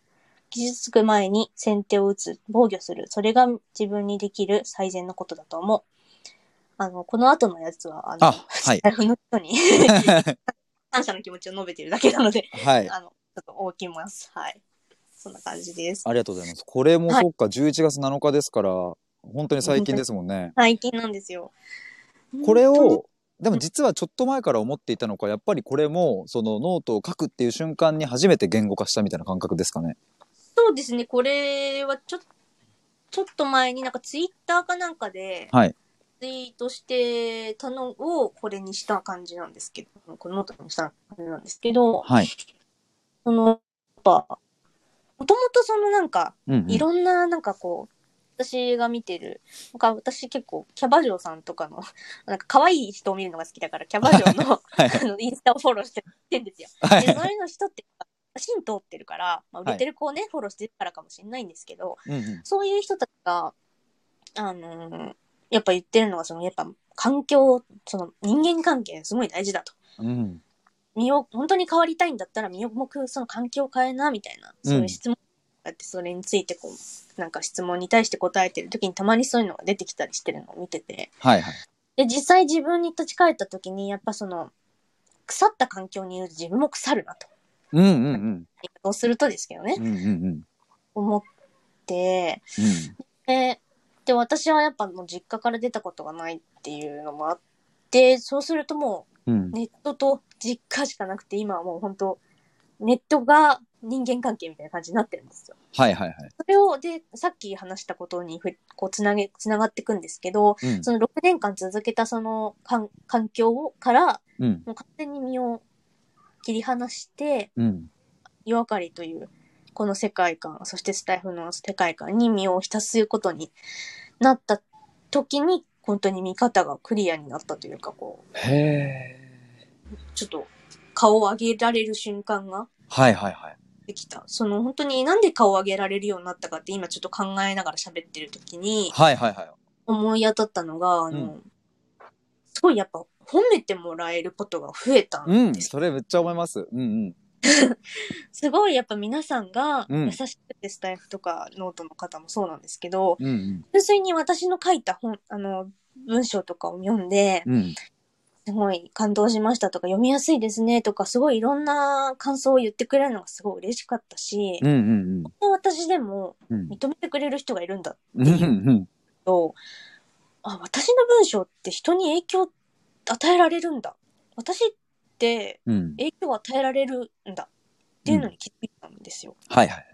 傷つく前に先手を打つ、防御する。それが自分にできる最善のことだと思う。あの、この後のやつは、あの、
あ、はい。
財布の人に 感謝の気持ちを述べているだけなので、
はい。
あの、ちょっと置きます。はい。そんな感じです。
ありがとうございます。これも
はい
そっか、11月7日ですから、本当に最近ですもんね。
最近なんですよ。
これ
本当に、
を、でも実はちょっと前から思っていたのか、やっぱりこれも、そのノートを書くっていう瞬間に初めて言語化したみたいな感覚ですかね。
そうですね、これはちょ、ちょっと前になんかツイッターかなんかで、
はい
ツイートしてたのをこれにした感じなんですけど、このノートにした感じなんですけど、
はい。
その、やっぱ、もともとそのなんか、
うん、うん。
いろんな、なんかこう、私が見てる、なんか私結構、キャバ嬢さんとかの、 なんか可愛い人を見るのが好きだから、キャバ嬢の
はい。
あのインスタをフォローしてるんですよ。
は
で、
い。
そういうの人って、芯通ってるから、まあ、売れてる子をね、フォローしてるからかもしれないんですけど、
うんうん
そういう人たちが、あのーやっぱ言ってるのが、その、やっぱ環境、その人間関係すごい大事だと。
うん。
身を、本当に変わりたいんだったら身をもく、その環境を変えな、みたい
う
な、
ん
そういう質問だって、それについてこう、なんか質問に対して答えてる時にたまにそういうのが出てきたりしてるのを見てて、
はいはい。
で、実際自分に立ち返った時に、やっぱその、腐った環境にいると自分も腐るなと。
うんうんうん。
そうするとですけどね
う、んうんうん。
思って、
うん。
で、で、私はやっぱもう実家から出たことがないっていうのもあって、そうするともう、
うん。
ネットと実家しかなくて、今はもう本当ネットが人間関係みたいな感じになってるんですよ。
はいはいはい。
それを、で、さっき話したことにふ、こう、つなげ、つながっていくんですけど、
うん
その6年間続けたその環環境をから、
うん。
もう完全に身を切り離して、
うん。
夜明かりという、この世界観、そしてスタイフの世界観に身を浸すことになった時に、本当に見方がクリアになったというか、こう、
へえ。
ちょっと顔を上げられる瞬間が
はいはいはい。
できた。その本当になんで顔を上げられるようになったかって今ちょっと考えながら喋ってる時に
はいはいはい。
思い当たったのが、あの、すごいやっぱ褒めてもらえることが増えた
うんん、
です。
それめっちゃ思います。うんうん。
すごいやっぱ皆さんが
うん
優しくてスタイフとかノートの方もそうなんですけど、
うん
純粋に私の書いた本、あの、文章とかを読んで、
うん。うん。
すごい感動しましたとか、読みやすいですねとか、すごいいろんな感想を言ってくれるのがすごい嬉しかったし、
うんうん
私でも
うん。うん
認めてくれる人がいるんだ
うんうん
と、あ、私の文章って人に影響与えられるんだ。私って
うん。
影響を与えられるんだっていうのに気づいたんですよ。
はいはい。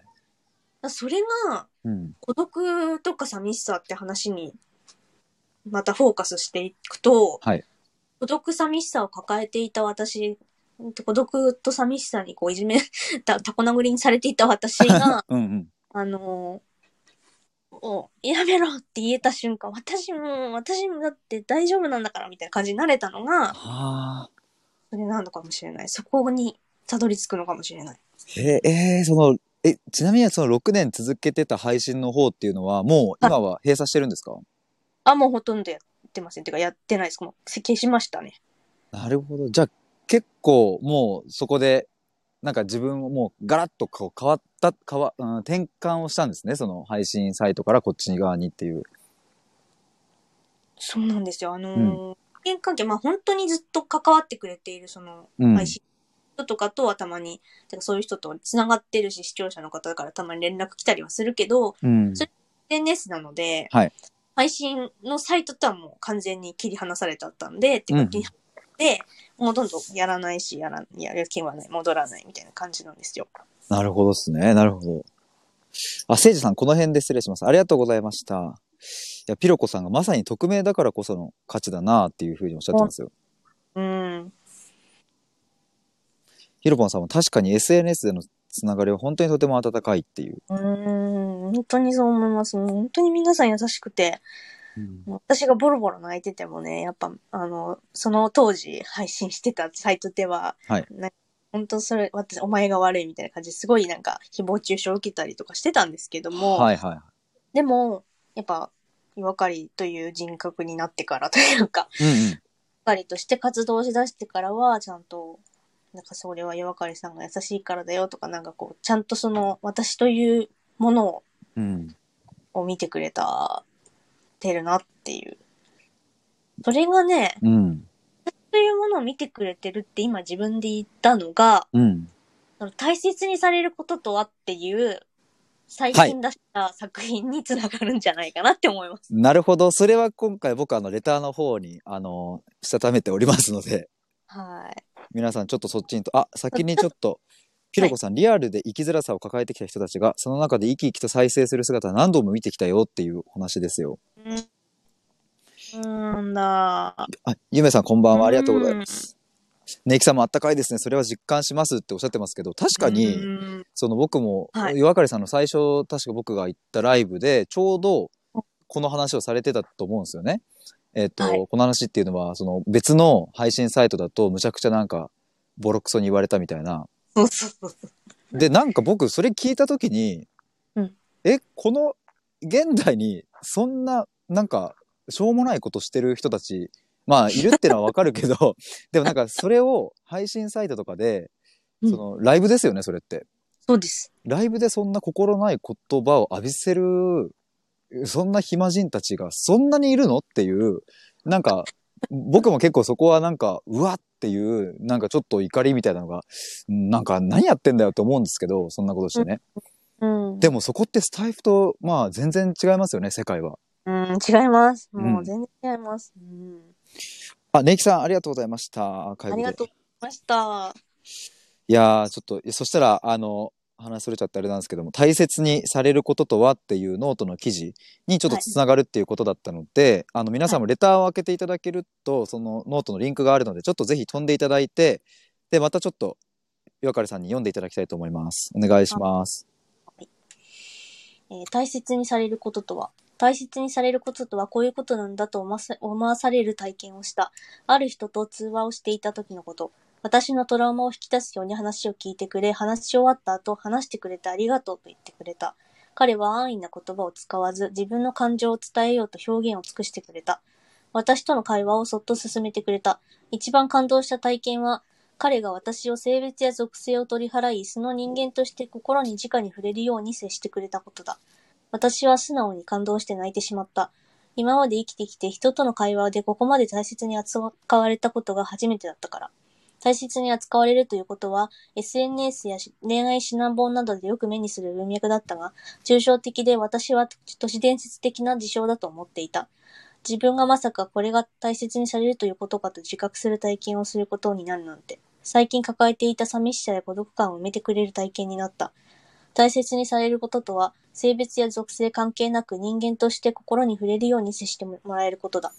それが
うん。
孤独とか寂しさって話にまたフォーカスしていくと、
はい
孤独寂しさを抱えていた私、孤独と寂しさにこういじめ た、たこ殴りにされていた私が、
うんうん。
あのおやめろって言えた瞬間、私も、私もだって大丈夫なんだからみたいな感じになれたのが、
はあ。
それなのかもしれない。そこにたどり着くのかもしれない。
えー、えーその、え、ちなみにその6年続けてた配信の方っていうのは、もう今は閉鎖してるんですか
あ、もうほとんどやってません。てかやってないです。もう消しましたね。
なるほど。じゃあ結構もうそこで、なんか自分をもうガラッとこう変わった、変わ、うん、転換をしたんですね。その配信サイトからこっち側にっていう。
そうなんですよ。あのー人間関係、まあ本当にずっと関わってくれている、その、
うん
配信の人とかとはたまに、てかそういう人と繋がってるし、視聴者の方からたまに連絡来たりはするけど、
うん。
SNS なので、
はい
配信のサイトとはもう完全に切り離されちゃったんで、って
う
か
ん
切り離されて、もうどんどんやらないし、やらやる気はない、戻らないみたいな感じなんですよ。
なるほどですね。なるほど。あ、せいじさん、この辺で失礼します。ありがとうございました。いや、ピロコさんがまさに匿名だからこその価値だなっていうふうにおっしゃってますよ。
うん。
ヒロポンさんも確かに SNS でのつながりは本当にとても温かいっていう。
うん、本当にそう思います。もう本当に皆さん優しくて、もう私がボロボロ泣いててもね、やっぱ、あの、その当時配信してたサイトでは、
はい
な本当それ、私、お前が悪いみたいな感じですごいなんか、誹謗中傷を受けたりとかしてたんですけども、
はいは
でも、やっぱ、岩刈という人格になってからというか、
い。うん
岩刈として活動しだしてからは、ちゃんと、なんかそれは岩刈さんが優しいからだよとか、なんかこう、ちゃんとその、私というものを
うん。うん。
を見てくれたてるなっていう。それがね、
うん。
そういうものを見てくれてるって今自分で言ったのが、
うん。
その大切にされることとはっていう、最近出した作品につながるんじゃないかなって思います。
なるほど。それは今回僕あのレターの方に、あの、したためておりますので、
はい。
皆さんちょっとそっちにと、あ、先にちょっ と、ピロコさん、リアルで生きづらさを抱えてきた人たちが、その中で生き生きと再生する姿何度も見てきたよっていうお話ですよ。
うーんだ。
あ、ゆめさんこんばんは。ありがとうございます。ねいきさんもあったかいですね。それは実感しますっておっしゃってますけど、確かに、
うん
その僕も、
はい
岩刈さんの最初、確か僕が行ったライブで、ちょうどこの話をされてたと思うんですよね。えっ、と、
はい
この話っていうのは、その別の配信サイトだとむちゃくちゃなんか、ボロクソに言われたみたいな。
そうそうそうそう。
で、なんか僕、それ聞いたときに、
うん
え、この、現代に、そんな、なんか、しょうもないことしてる人たち、 まあ、いるってのはわかるけど、でもなんか、それを配信サイトとかで、
うん
その、ライブですよね、それって。
そうです。
ライブでそんな心ない言葉を浴びせる、そんな暇人たちがそんなにいるのっていう、なんか、僕も結構そこはなんか、うわっていう、なんかちょっと怒りみたいなのが、うんなんか何やってんだよって思うんですけど、そんなことしてね。
うん。
でもそこってスタイフと、まあ全然違いますよね、世界は。
うん、違います。
う
も
ん
う全然違います。うん。
あ、ネイキさんありがとうございました。アーカイ
あ
ブ
り
で
がとうございました。
いやー、ちょっと、そしたら、あの、話それちゃってあれなんですけども、大切にされることとはっていうノートの記事にちょっと
はい
つながるっていうことだったので、あの、皆さんもレターを開けていただけると、そのノートのリンクがあるので、ちょっとぜひ飛んでいただいて、で、またちょっと、岩刈さんに読んでいただきたいと思います。お願いします。
えー大切にされることとは大切にされることとはこういうことなんだと思わせ思わされる体験をした。ある人と通話をしていた時のこと。私のトラウマを引き出すように話を聞いてくれ、話し終わった後、話してくれてありがとうと言ってくれた。彼は安易な言葉を使わず、自分の感情を伝えようと表現を尽くしてくれた。私との会話をそっと進めてくれた。一番感動した体験は、彼が私を性別や属性を取り払い、素の人間として心に直に触れるように接してくれたことだ。私は素直に感動して泣いてしまった。今まで生きてきて人との会話でここまで大切に扱われたことが初めてだったから。大切に扱われるということは、SNS やし恋愛指南本などでよく目にする文脈だったが、抽象的で私は都市伝説的な事象だと思っていた。自分がまさかこれが大切にされるということかと自覚する体験をすることになるなんて。最近抱えていた寂しさや孤独感を埋めてくれる体験になった。大切にされることとは、性別や属性関係なく人間として心に触れるように接してもらえることだ。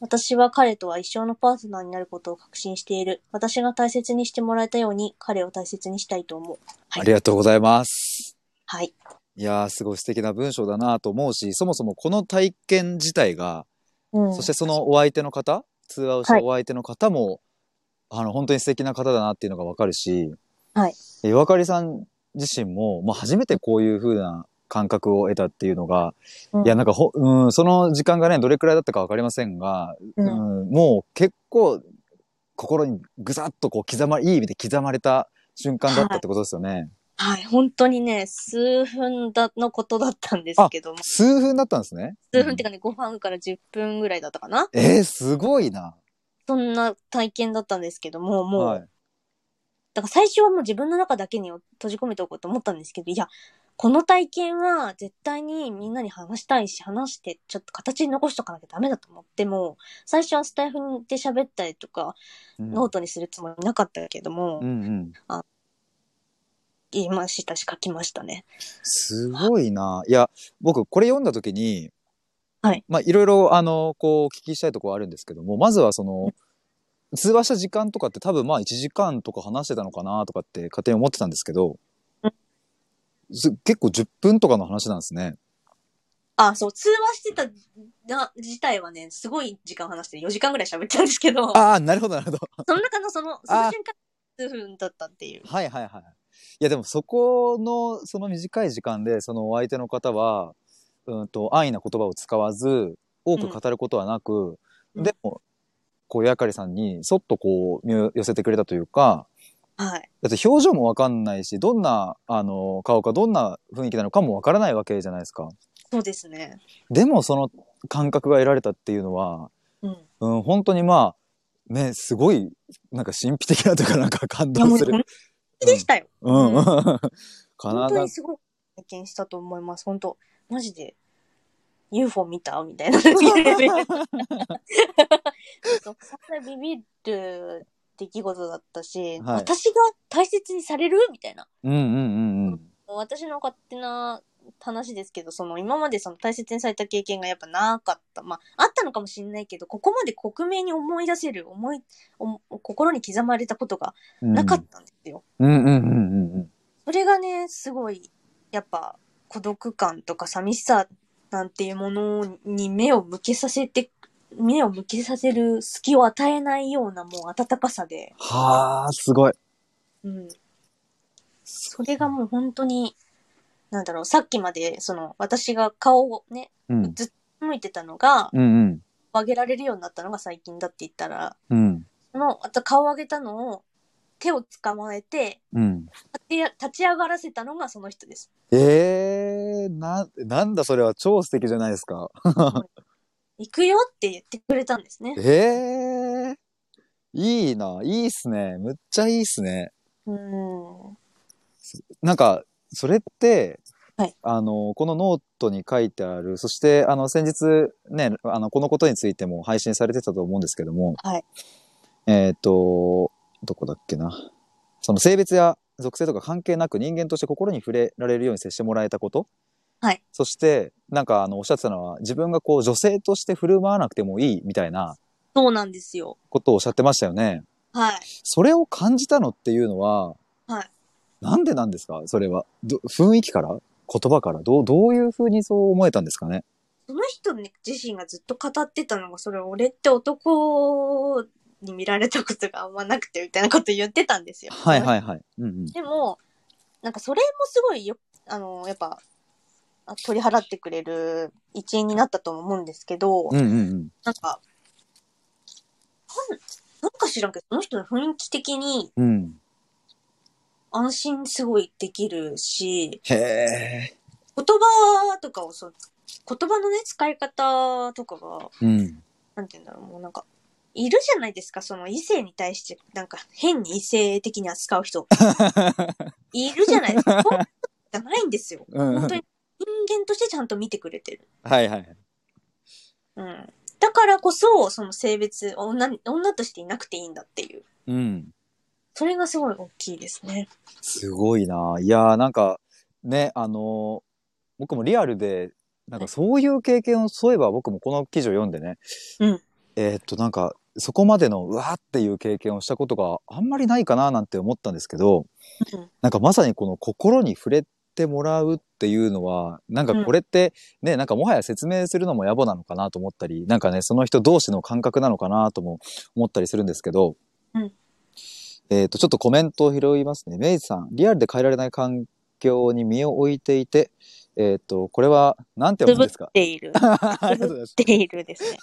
私は彼とは一生のパートナーになることを確信している。私が大切にしてもらえたように、彼を大切にしたいと思う。はい
ありがとうございます。
はい。
いやー、すごい素敵な文章だなと思うし、そもそもこの体験自体が、
うん
そしてそのお相手の方、通話をしたお相手の方も、あの、本当に素敵な方だなっていうのがわかるし、
はい。
岩刈さん自身も、まあ、初めてこういう風な感覚を得たっていうのが、
うん
いや、なんかほ、うん、その時間がね、どれくらいだったかわかりませんが、
うん
うんもう結構、心にぐさっとこう刻まれ、いい意味で刻まれた瞬間だったってことですよね。
はい。本当にね、数分だのことだったんですけども、
数分だったんですね。
数分っていうかね、5分から10分ぐらいだったかな。
うんえー、すごいな。
そんな体験だったんですけども、もう、
はい。
だから最初はもう自分の中だけに閉じ込めておこうと思ったんですけど、いや、この体験は絶対にみんなに話したいし、話してちょっと形に残しとかなきゃダメだと思っても、最初はスタイフで喋ったりとか、
うん
ノートにするつもりなかったけども、
うんうん。
言いましたし書きましたね。
すごいな。いや、僕、これ読んだ時に、
はい。
まあ、いろいろ、あの、こう、お聞きしたいところあるんですけども、まずはその、通話した時間とかって多分まあ1時間とか話してたのかなとかって勝手に思ってたんですけど
う、
す結構10分とかの話なんですね。
あ、そう、通話してたな自体はね、すごい時間話して4時間ぐらい喋ったんですけど、
ああ、なるほど、なるほど。
その中のその、その瞬間、数分だったっていう。
はいはいはい。いやでもそこのその短い時間でそのお相手の方は、うん、と安易な言葉を使わず多く語ることはなく、
うん
でもこうやかりさんにそっとこう身を寄せてくれたというか
はい。
だって表情もわかんないしどんなあの顔かどんな雰囲気なのかもわからないわけじゃないですか。
そうですね。
でもその感覚が得られたっていうのは、
うん。
うん、本当にまあねすごいなんか神秘的なというかなんか感
いや、も
動
う
する。
本当でしたよ。
うん、 うん、かな
本当
だ
にすごい体験したと思います。本当マジで UFO 見たみた いな。そんなビビる出来事だったし、
はい
私が大切にされるみたいな。
うんうんうんうん。
私の勝手な話ですけど、その今までその大切にされた経験がやっぱなかった。まあ、あったのかもしれないけど、ここまで克明に思い出せる、思い、お心に刻まれたことがなかったんですよ。
うんうんうんうんうん。
それがね、すごい、やっぱ、孤独感とか寂しさなんていうものに目を向けさせて、目を向けさせる隙を与えないようなもう温かさで、
はあ、すごい。
うん。それがもう本当に、なんだろう、さっきまで、その、私が顔をね、
うん。
向いてたのが、
うんうん。
上げられるようになったのが最近だって言ったら、
うん。
その、あと顔を上げたのを、手を捕まえて、
うん。
立てや立ち上がらせたのがその人です。
ええー、な、なんだそれは超素敵じゃないですか。
行くよって言ってくれたんですね。
ええー、いいな、いいっすね。むっちゃいいっすね。
うん。
なんか、それって、
はい
あの、このノートに書いてある、そして、あの、先日ね、あの、このことについても配信されてたと思うんですけども、
はい。
えっ、と、どこだっけな。その性別や属性とか関係なく人間として心に触れられるように接してもらえたこと。
はい。
そして、なんかあの、おっしゃってたのは、自分がこう、女性として振る舞わなくてもいいみたいな
そうなんですよ。
ことをおっしゃってましたよね。
はい。
それを感じたのっていうのは、
はい。
なんでなんですかそれは。ど雰囲気から言葉からどう、どういうふうにそう思えたんですかね
その人自身がずっと語ってたのが、それ俺って男に見られたことがあんまなくてみたいなこと言ってたんですよ。
はいはいはい。うんうん。
でも、なんかそれもすごいよ、あの、やっぱ、あ取り払ってくれる一員になったとも思うんですけど、
うんうんうん。
なんか、なんか知らんけど、その人の雰囲気的に
うん。
安心すごいできるし、
へえ。
言葉とかをそう、言葉のね、使い方とかが、
うん。
なんて言うんだろう、もうなんか、いるじゃないですか、その異性に対して、なんか変に異性的に扱う人。いるじゃないですか。本当じゃないんですよ。
うん
本当に人間としてちゃんと見てくれてる。
はいはい。
うん。だからこそ、その性別、女、女としていなくていいんだっていう。
うん。
それがすごい大きいですね。
すごいな。いやーなんかね、あのー僕もリアルで、なんかそういう経験をそういえば僕もこの記事を読んでね、
うん
えーっとなんかそこまでのうわーっていう経験をしたことがあんまりないかななんて思ったんですけど、
うん
なんかまさにこの心に触れてもらうっていうのは、なんかこれってね、なんかもはや説明するのも野暮なのかなと思ったり、なんかね、その人同士の感覚なのかなとも思ったりするんですけど、
うん
えっ、と、ちょっとコメントを拾いますね。メイさん、リアルで変えられない環境に身を置いていて、えっ、と、これは、なんて
く
読
ぶ
むん
っ
ですか
ている。
ありがとうございます。
ているですね。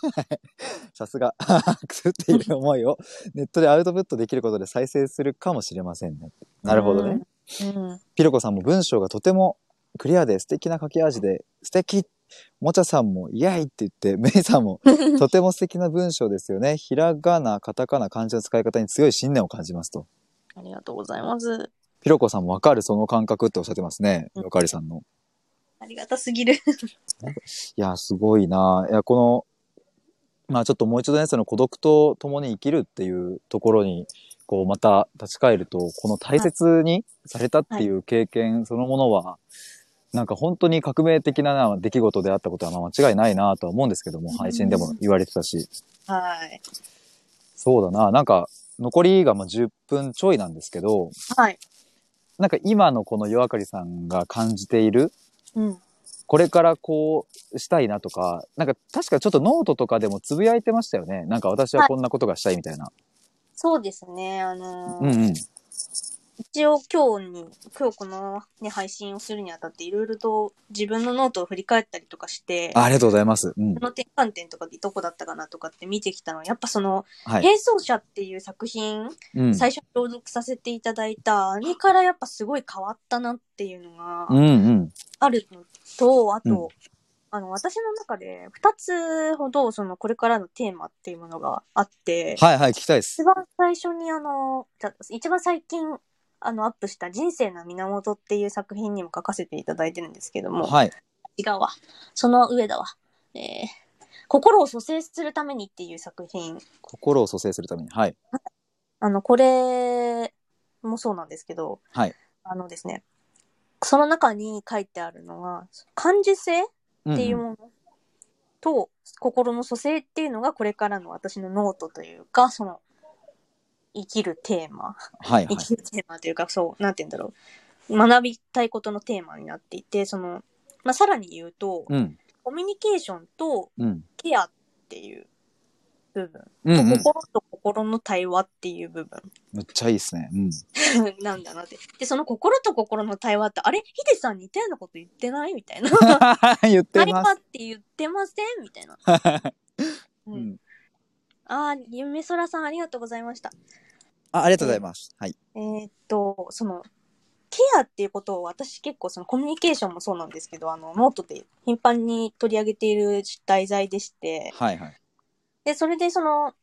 さすが。 くすっている思いをネットでアウトプットできることで再生するかもしれませんね。なるほどね。
うん。うん。
ピロコさんも文章がとてもクリアで素敵な書き味で素敵もちゃさんもイエイって言って、メイさん もとても素敵な文章ですよね。ひらがな、カタカナ、漢字の使い方に強い信念を感じますと。
ありがとうございます。
ピロコさんもわかるその感覚っておっしゃってますね。
うん
よかりさんの。
ありがたすぎる。
いや、すごいな。いや、この、まあちょっともう一度ね、その孤独と共に生きるっていうところに、こうまた立ち返ると、この大切にされたっていう経験そのものは、なんか本当に革命的な出来事であったことはまあ間違いないなとは思うんですけども、配信でも言われてたし。
はい。
そうだな。なんか、残りがまあ10分ちょいなんですけど、
はい。
なんか今のこの夜明かりさんが感じている
うん。
これからこうしたいなとか、なんか確かちょっとノートとかでもつぶやいてましたよね。なんか私はこんなことがしたいみたいな。
そうですね。あのー
うんうん。
一応今日に、今日このね、配信をするにあたって、いろいろと自分のノートを振り返ったりとかして、
あありがとうございます。うん
こ。の転換点とかでどこだったかなとかって見てきたのは、やっぱその、
はい。
並走者っていう作品、
うん。
最初に朗読させていただいた、あれからやっぱすごい変わったなっていうのが
うんうん。
あるのと、あと、
うん
あの、私の中で2つほど、その、これからのテーマっていうものがあって、
はいはい、聞きたいです
一。番最初にあの、じゃ一番最近、あの、アップした人生の源っていう作品にも書かせていただいてるんですけども、
はい。
違うわ。その上だわ。えー心を蘇生するためにっていう作品。
心を蘇生するために。はい。
あの、これもそうなんですけど、
はい
あのですね、その中に書いてあるのが、感受性
うん
っていう
うん
ものと心の蘇生っていうのがこれからの私のノートというか、その生きるテー
は
マ、
いはい
生。きるテーマというか、そう、なんて言うんだろう。学びたいことのテーマになっていて、その、まあ、さらに言うと、
うん。
コミュニケーションと
うん。
ケアっていう部分、
うんうん。
心と心の対話っていう部分
むっちゃいいですね。うん。
なんだなって。で、その心と心の対話って、あれヒデさん似たようなこと言ってないみたいな。
言って
あれは
ま
っ
す。
て言ってませんみたいな。う、
うんん。
ああ、ゆめそらさんありがとうございました。
あ、ありがとうございます。はい。
えーっと、その、ケアっていうことを私結構そのコミュニケーションもそうなんですけど、あの、ノートで頻繁に取り上げている題材でして、
はいはい。
で、それでその、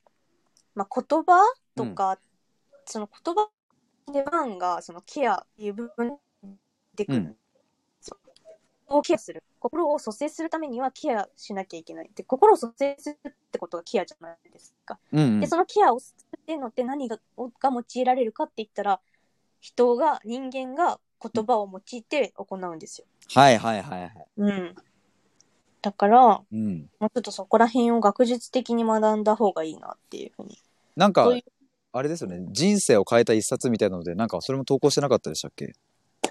まあ、言葉とか、その言葉の出番が、そのケアっていう部分でくる。
うん
そうをケアする。心を蘇生するためにはケアしなきゃいけない。で、心を蘇生するってことがケアじゃないですか。
うんう
で、
ん。
そのケアをするっていうのって何がをが用いられるかって言ったら、人が、人間が言葉を用いて行うんですよ。
はいはいはいはい。
うん。だから、
うん。
もうちょっとそこら辺を学術的に学んだ方がいいなっていうふうに。
なんか
そういう、
あれですよね。人生を変えた一冊みたいなので、なんかそれも投稿してなかったでしたっけ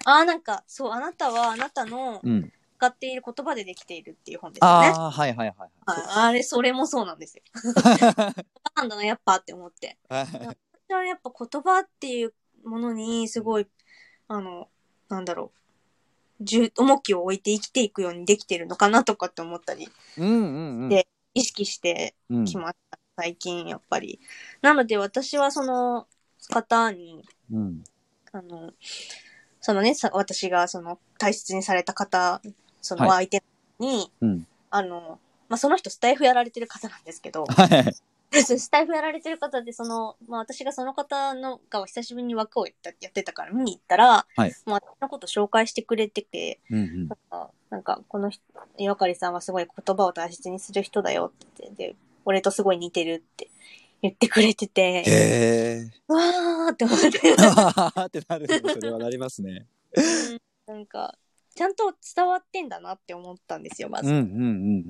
ああ、なんか、そう、あなたはあなたの
うん。
使っている言葉でできているっていう本ですよね。
ああ、はいはいはい
ああれ、それもそうなん ですよ。なんだな、やっぱって思って。
はい。
私はやっぱ言葉っていうものにすごい、あの、なんだろう。重重きを置いて生きていくようにできてるのかなとかって思ったり
うんうんうん。
で意識して
うん、
きました。最近、やっぱり。なので、私はその方に、
うん。
あの、そのね、さ私がその大切にされた方、その
は
相手に、
うん。
あの、まあ、その人スタイフやられてる方なんですけど、
はい。
スタイフやられてる方で、その、まあ、私がその方のが久しぶりに枠をやったやってたから見に行ったら、
はい
まあ、私のこと紹介してくれてて、
うんうん。
あなんか、この人、岩刈さんはすごい言葉を大切にする人だよって言って、で、俺とすごい似てるって言ってくれてて、
へえ。
うわーって思 って、
ってなる。それはなりますね。
なんか、ちゃんと伝わってんだなって思ったんですよ、ま
うん
ず。
うんうんう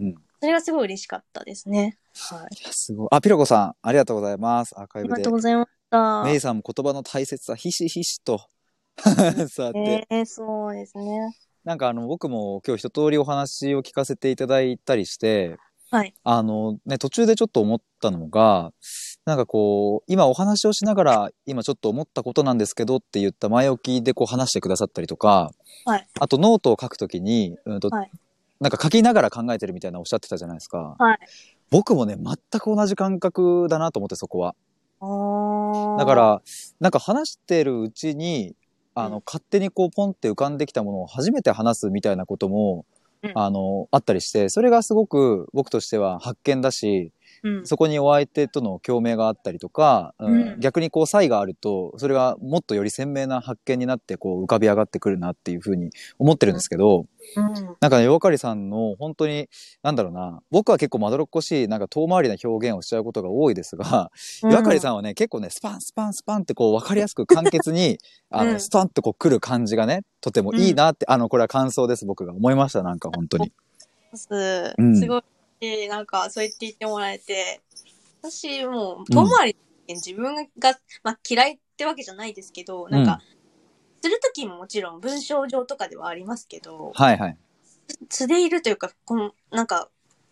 ん。い
それがすごい嬉しかったですね。はい。
や、すごい。あ、ピロコさん、ありがとうございます。アーカ
あ
イ
り
ブ
が
で
とう。ございました。
メイさんも言葉の大切さ、ひしひしと。 さて、
えー、そうですね。
なんかあの、僕も今日一通りお話を聞かせていただいたりして、
はい。
あのね、途中でちょっと思ったのが、なんかこう、今お話をしながら、今ちょっと思ったことなんですけどって言った前置きでこう話してくださったりとか、
はい
あとノートを書くときに、うんと
はい
なんか書きながら考えてるみたいなおっしゃってたじゃないですか。
はい
僕もね、全く同じ感覚だなと思ってそこは。
あー
だか、ら、なんか話してるうちに、あ
う
の
ん、
勝手にこうポンって浮かんできたものを初めて話すみたいなことも、
うん
あの、あったりして、それがすごく僕としては発見だし、
うん、
そこにお相手との共鳴があったりとか、うん
うん
逆にこう差異があると、それがもっとより鮮明な発見になってこう浮かび上がってくるなっていうふうに思ってるんですけど、
うん
なんかね、ヨカリさんの本当に、なんだろうな、僕は結構まどろっこしい、なんか遠回りな表現をしちゃうことが多いですが、
う
岩刈さんはね、結構ね、スパンスパンスパンってこう、わかりやすく簡潔に、あ
うん
の、スパンとこう来る感じがね、とてもいいなって、あの、これは感想です、僕が思いました、なんか本当に。
ます。
うん
すごい、えーなんか、そう言って言ってもらえて、私、もう、遠回り、自分が、まあ、嫌いってわけじゃないですけど、なんか、するときももちろん文章上とかではありますけど、
はいはい。
素でいるというか、この、なんか、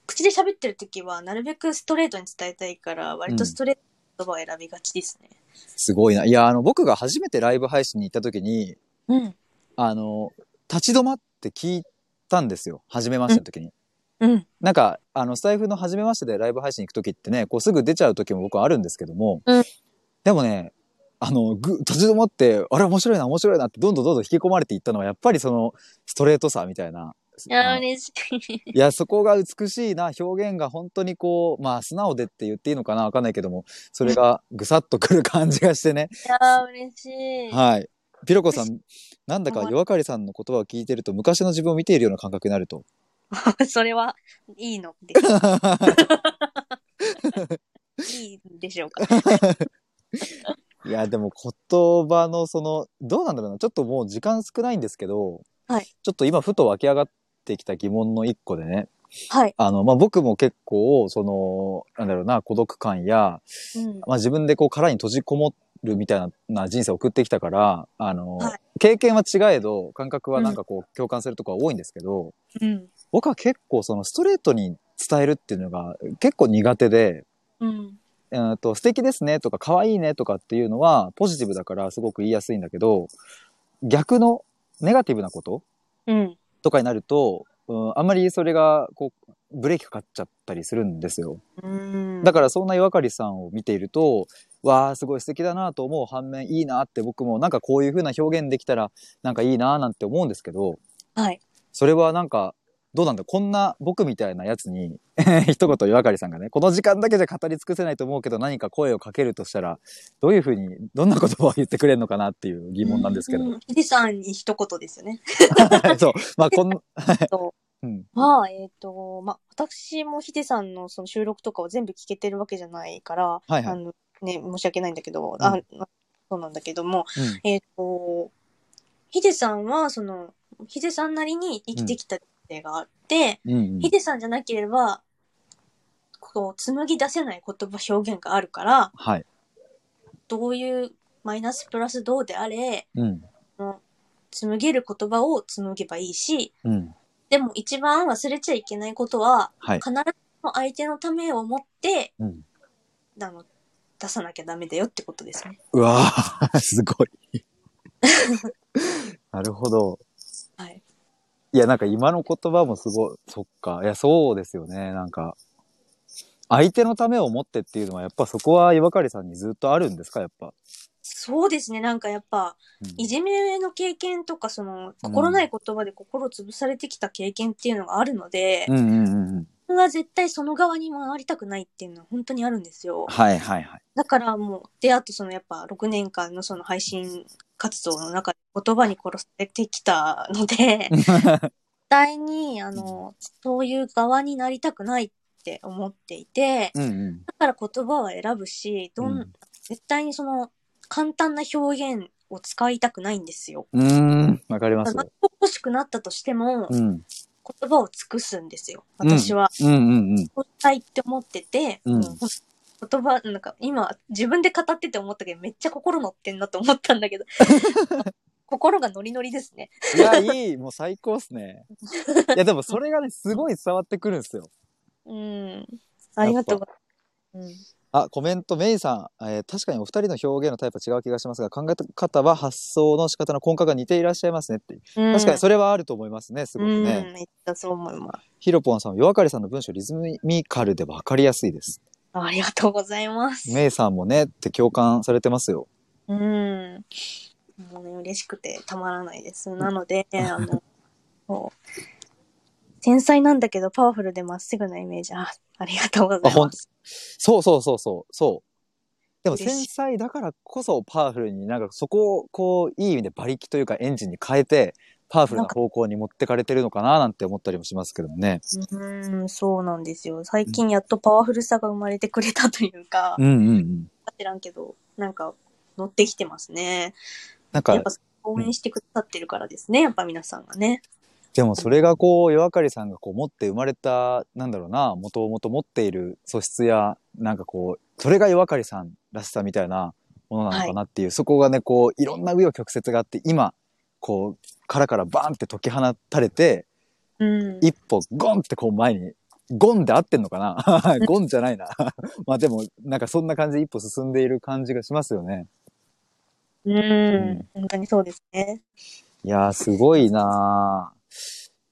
口で喋ってるときは、なるべくストレートに伝えたいから、割とストレートな言葉を選びがちですね。
すごいな。いや、あの、僕が初めてライブ配信に行った時に、
うん。
あの、立ち止まって聞いたんですよ。初めましての時に。
うん。
なんか、あの、スタイフの初めましてでライブ配信行くときってね、こうすぐ出ちゃうときも僕はあるんですけども、
うん
でもね、あの、ぐ、立ち止まって、あれ面白いな、面白いなって、どんどんどんどん引き込まれていったのは、やっぱりその、ストレートさみたいな。
いや
あの
ー、嬉しい。
いや、そこが美しいな、表現が本当にこう、まあ、素直でって言っていいのかな、わかんないけども、それがぐさっとくる感じがしてね。
いやー、嬉しい。
はい。ピロコさん、なんだか、
思い
夜明かりさんの言葉を聞いてると、昔の自分を見ているような感覚になると。
それは、いいの です。いいんでしょうか。
いや、でも言葉のその、どうなんだろうな。ちょっともう時間少ないんですけど、
はい
ちょっと今ふと湧き上がってきた疑問の一個でね。
はい。
あの、まあ、僕も結構、その、なんだろうな、孤独感や、
うん。
まあ、自分でこう殻に閉じこもるみたいなな人生を送ってきたから、あの、
は
経験は違えど、感覚はなんかこう共感するとこは多いんですけど、
うん。
僕は結構そのストレートに伝えるっていうのが結構苦手で、
うん。
えーと素敵ですねとか可愛いねとかっていうのはポジティブだからすごく言いやすいんだけど逆のネガティブなこと
うん。
とかになると、うん、あんまりそれがこうブレーキかかっちゃったりするんですよ
うん。
だからそんな岩刈さんを見ているとわあすごい素敵だなと思う反面いいなって僕もなんかこういう風な表現できたらなんかいいななんて思うんですけど
はい。
それはなんかどうなんだこんな僕みたいなやつに 一言岩刈さんがねこの時間だけじゃ語り尽くせないと思うけど何か声をかけるとしたらどういうふうにどんな言葉を言ってくれるのかなっていう疑問なんですけど、
うん。ヒデさんに一言ですよね。
そうまあこんな、
と
うん、
まあ、えっ、と、まあ、私もヒデさんのその収録とかを全部聞けてるわけじゃないから、
いはい
あの、ね、申し訳ないんだけど、
う
あ、そうなんだけども、
うん
えっ、と、ヒデさんは、その、ヒデさんなりに生きてきた人生があって、
うんうん
ヒデさんじゃなければ、こう、紡ぎ出せない言葉表現があるから、
はい
どういう、マイナスプラスどうであれ、
うん
その紡げる言葉を紡げばいいし、
うん
でも一番忘れちゃいけないことは、
はい
必ず相手のためを思って、
うん
あの、出さなきゃダメだよってことですね。
うわーすごい なるほど
はい。
いやなんか今の言葉もすごいそっかいやそうですよねなんか相手のためを思ってっていうのはやっぱそこは岩刈さんにずっとあるんですかやっぱ、
そうですね。なんかやっぱ、
うん
いじめの経験とか、その、心ない言葉で心を潰されてきた経験っていうのがあるので、
うんうんうんうん
僕は絶対その側に回りたくないっていうのは本当にあるんですよ。
はいはいはい
だからもう、で、あとそのやっぱ6年間のその配信活動の中で言葉に殺されてきたの で、絶対に、あの、そういう側になりたくないって思っていて、
うんうん
だから言葉は選ぶし、どん、
うん
絶対にその簡単な表現を使いたくないんですよ。
うーんわかります
ま
よ
あ、欲しくなったとしても、
うん
言葉を尽くすんですよ。私は、
うんうんうん
そうしたいって思ってて、
うん
もう言葉、なんか今、自分で語ってて思ったけど、めっちゃ心乗ってんなと思ったんだ けど、心がノリノリですね。
いやいいもう最高っすねいやでもそれがねすごい伝わってくるんですよ
うん。ありがとうございます。
あコメントメイさん、えー確かにお二人の表現のタイプは違う気がしますが考え方は発想の仕方の根幹が似ていらっしゃいますねって
うん、
確かに
れ
それはあると思いますねすごくね、
うん、めっちゃそう思います。
ヒロポンさん、夜明かりさんの文章リズミカルで分かりやすいです。
ありがとうございます。
メイさんもね、って共感されてますよ。
うん。もうね、嬉しくてたまらないです。なので、あの、そう。繊細なんだけど、パワフルでまっすぐなイメージ。あありがとうございます。
そうそうそうそう、そう。でも
嬉し
繊
い
細だからこそパワフルになんかそこをこういい意味で馬力というかエンジンに変えてパワフルな方向に持ってかれてるのかななんて思ったりもしますけどもね。
うーん、そうなんですよ。最近やっとパワフルさが生まれてくれたというか、
うんうんうん。
知らんけど、なんか乗ってきてますね。
なん
や
か
っぱ応援してくださってるからですね、やっぱ皆さんがね。
でもそれがこう夜明かりさんがこう持って生まれたなんだろうなもともと持っている素質やなんかこうそれが夜明かりさんらしさみたいなものなのかなっていう、そこがねこういろんな紆余曲折があって今こう殻からバーンって解き放たれて
うん。
一歩ゴンってこう前にゴンで合ってんのかな ゴンじゃないなまあでもなんかそんな感じで一歩進んでいる感じがしますよね。
うん。本当にそうですね。
いやーすごいなー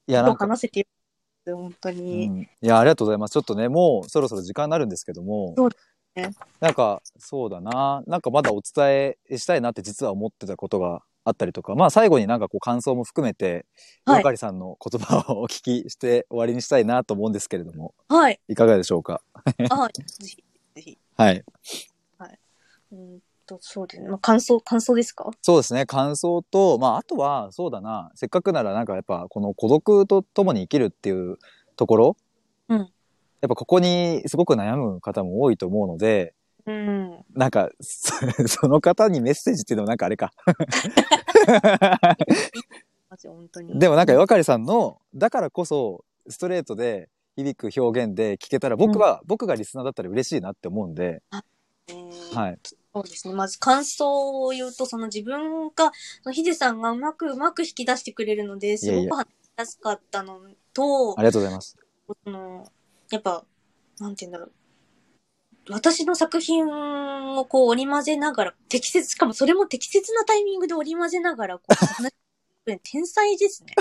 いや
ちょっ
な
と
んか
話せてよかったです本当
う
に。
ん、いやありがとうございますちょっとねもうそろそろ時間になるんですけども
そうですね
なんかそうだななんかまだお伝えしたいなって実は思ってたことがあったりとかまあ最後になんかこう感想も含めて
はい
ゆかりさんの言葉をお聞きして終わりにしたいなと思うんですけれども
はい。
いかがでしょうか
あ、ぜひ、ぜひ。
はい
うんと、そうですね。まあ、感想、感想ですか
そうですね感想とまああとはそうだなせっかくならなんかやっぱこの孤独と共に生きるっていうところ、
うん
やっぱここにすごく悩む方も多いと思うので、
うん。
なんか、そそ の方にメッセージっていうのもなんかあれ か。
まず本当に。
でもなんか、わかりさんの、だからこそ、ストレートで、響く表現で聞けたら、僕は、僕がリスナーだったら嬉しいなって思うんで、
えー
はい。
そうですね。まず感想を言うと、その自分が、そのヒデさんがうまくうまく引き出してくれるので、すご
いやい
く
や
話しやすかったのと
あ、りがとうございます。
その、やっぱ、なんて言うんだろう。私の作品をこう織り交ぜながら、適切、しかもそれも適切なタイミングで織り交ぜながら、こう話して、天才です ね。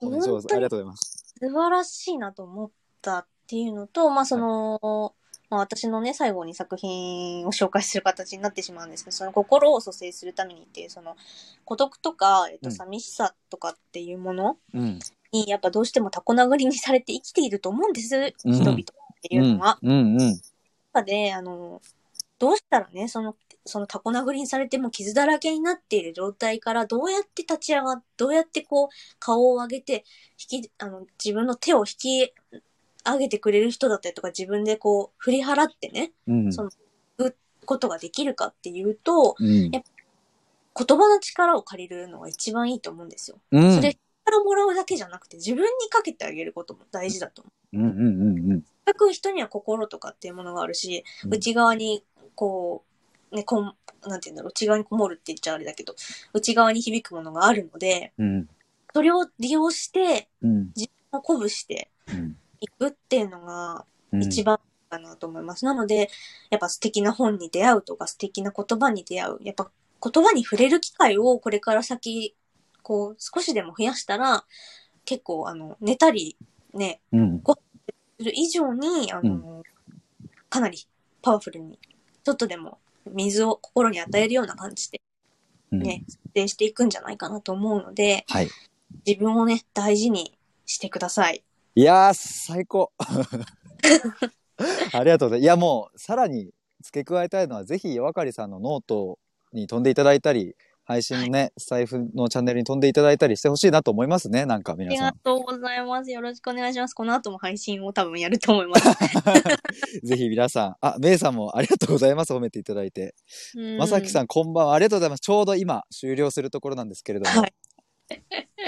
お
本
上手。
当
あり
に
がとうございます。
素晴らしいなと思ったっていうのと、まあその、まあ私のね、最後に作品を紹介する形になってしまうんですけど、その心を蘇生するためにっていう、その孤独とか、えっ
う
と、
ん
寂しさとかっていうもの
うん。
に、やっぱどうしてもタコ殴りにされて生きていると思うんです、
うん
人々っていうのは。
うん、うん。
中で、あの、どうしたらね、その、そのタコ殴りにされても傷だらけになっている状態からどうやって立ち上が、どうやってこう顔を上げて、引き、あの、自分の手を引き上げてくれる人だったりとか自分でこう振り払ってね、
うん。
そのことができるかっていうと、
うん
やっ言葉の力を借りるのが一番いいと思うんですよ。
うん。
それからもらうだけじゃなくて自分にかけてあげることも大事だと思う。
うん、うん、うん、うん。
せっかく人には心とかっていうものがあるし、
うん
内側にこう、ね、こん、なんて言うんだろう、内側にこもるって言っちゃあれだけど、内側に響くものがあるので、
うん。
それを利用して、
うん。
自分を鼓舞して
うん
いくっていうのが
うん
一番かなと思います。なので、やっぱ素敵な本に出会うとか、素敵な言葉に出会う。やっぱ言葉に触れる機会をこれから先、こう、少しでも増やしたら、結構、あの、寝たり、ね、
うん。
する以上に、あの、かなりパワフルに、ちょっとでも水を心に与えるような感じで
うん
ね、設定していくんじゃないかなと思うので、
はい。
自分をね、大事にしてください。
いやー、最高。 ありがとうございます。いや、もう、さらに付け加えたいのは、ぜひ、わかりさんのノートに飛んでいただいたり、配信のね、スタイフのチャンネルに飛んでいただいたりしてほしいなと思いますね。なんか、
あ
皆
り
さ
が
ん。
とうございます。よろしくお願いします。この後も配信を多分やると思います。
ぜひ、皆さん。あ、めいさんもありがとうございます。褒めていただいて。まさき
ん。
さん、こんばんは。ありがとうございます。ちょうど今、終了するところなんですけれども。
はい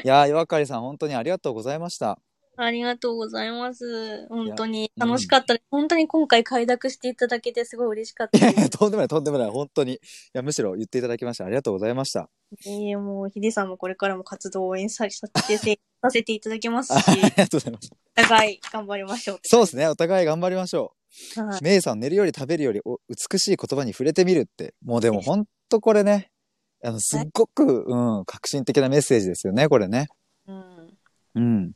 い、やー、わかりさん、本当にありがとうございました。
ありがとうございます。本当に楽しかったです。本当に今回快諾していただけてすごい嬉しかった
いやい
で
や、とんでもない、とんでもない。本当に。いや、むしろ言っていただきましてありがとうございました。
す。いえもうヒデさんもこれからも活動を応援させてせさせていただきます
ああり
し、
がとうございます。
お互い頑張りましょう。
そうですね。お互い頑張りましょう。
は
メイさん、寝るより食べるよりお美しい言葉に触れてみるって。もうでも本当これね。あの、すっごく、うん、革新的なメッセージですよね、これね。
い。うん。
うん。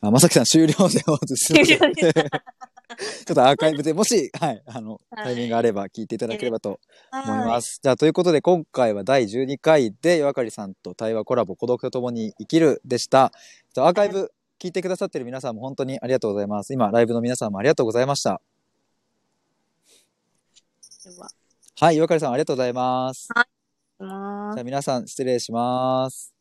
あ、まさきさん終了ですいません。
終了で
ちょっとアーカイブで、もし、はい、あの、
はい
タイミングがあれば聞いていただければと思い
は
ま
い。
す。じゃあ、ということで、今回は第12回で、夜明かりさんと対話コラボ、孤独と共に生きるでした。じゃあアーカイブ聞いてくださってる皆さんも本当にありがとうございます。今、ライブの皆さんもありがとうございました。
では、
はい、夜明かりさんありがとうございます。
いきます
じゃあ、皆さん失礼します。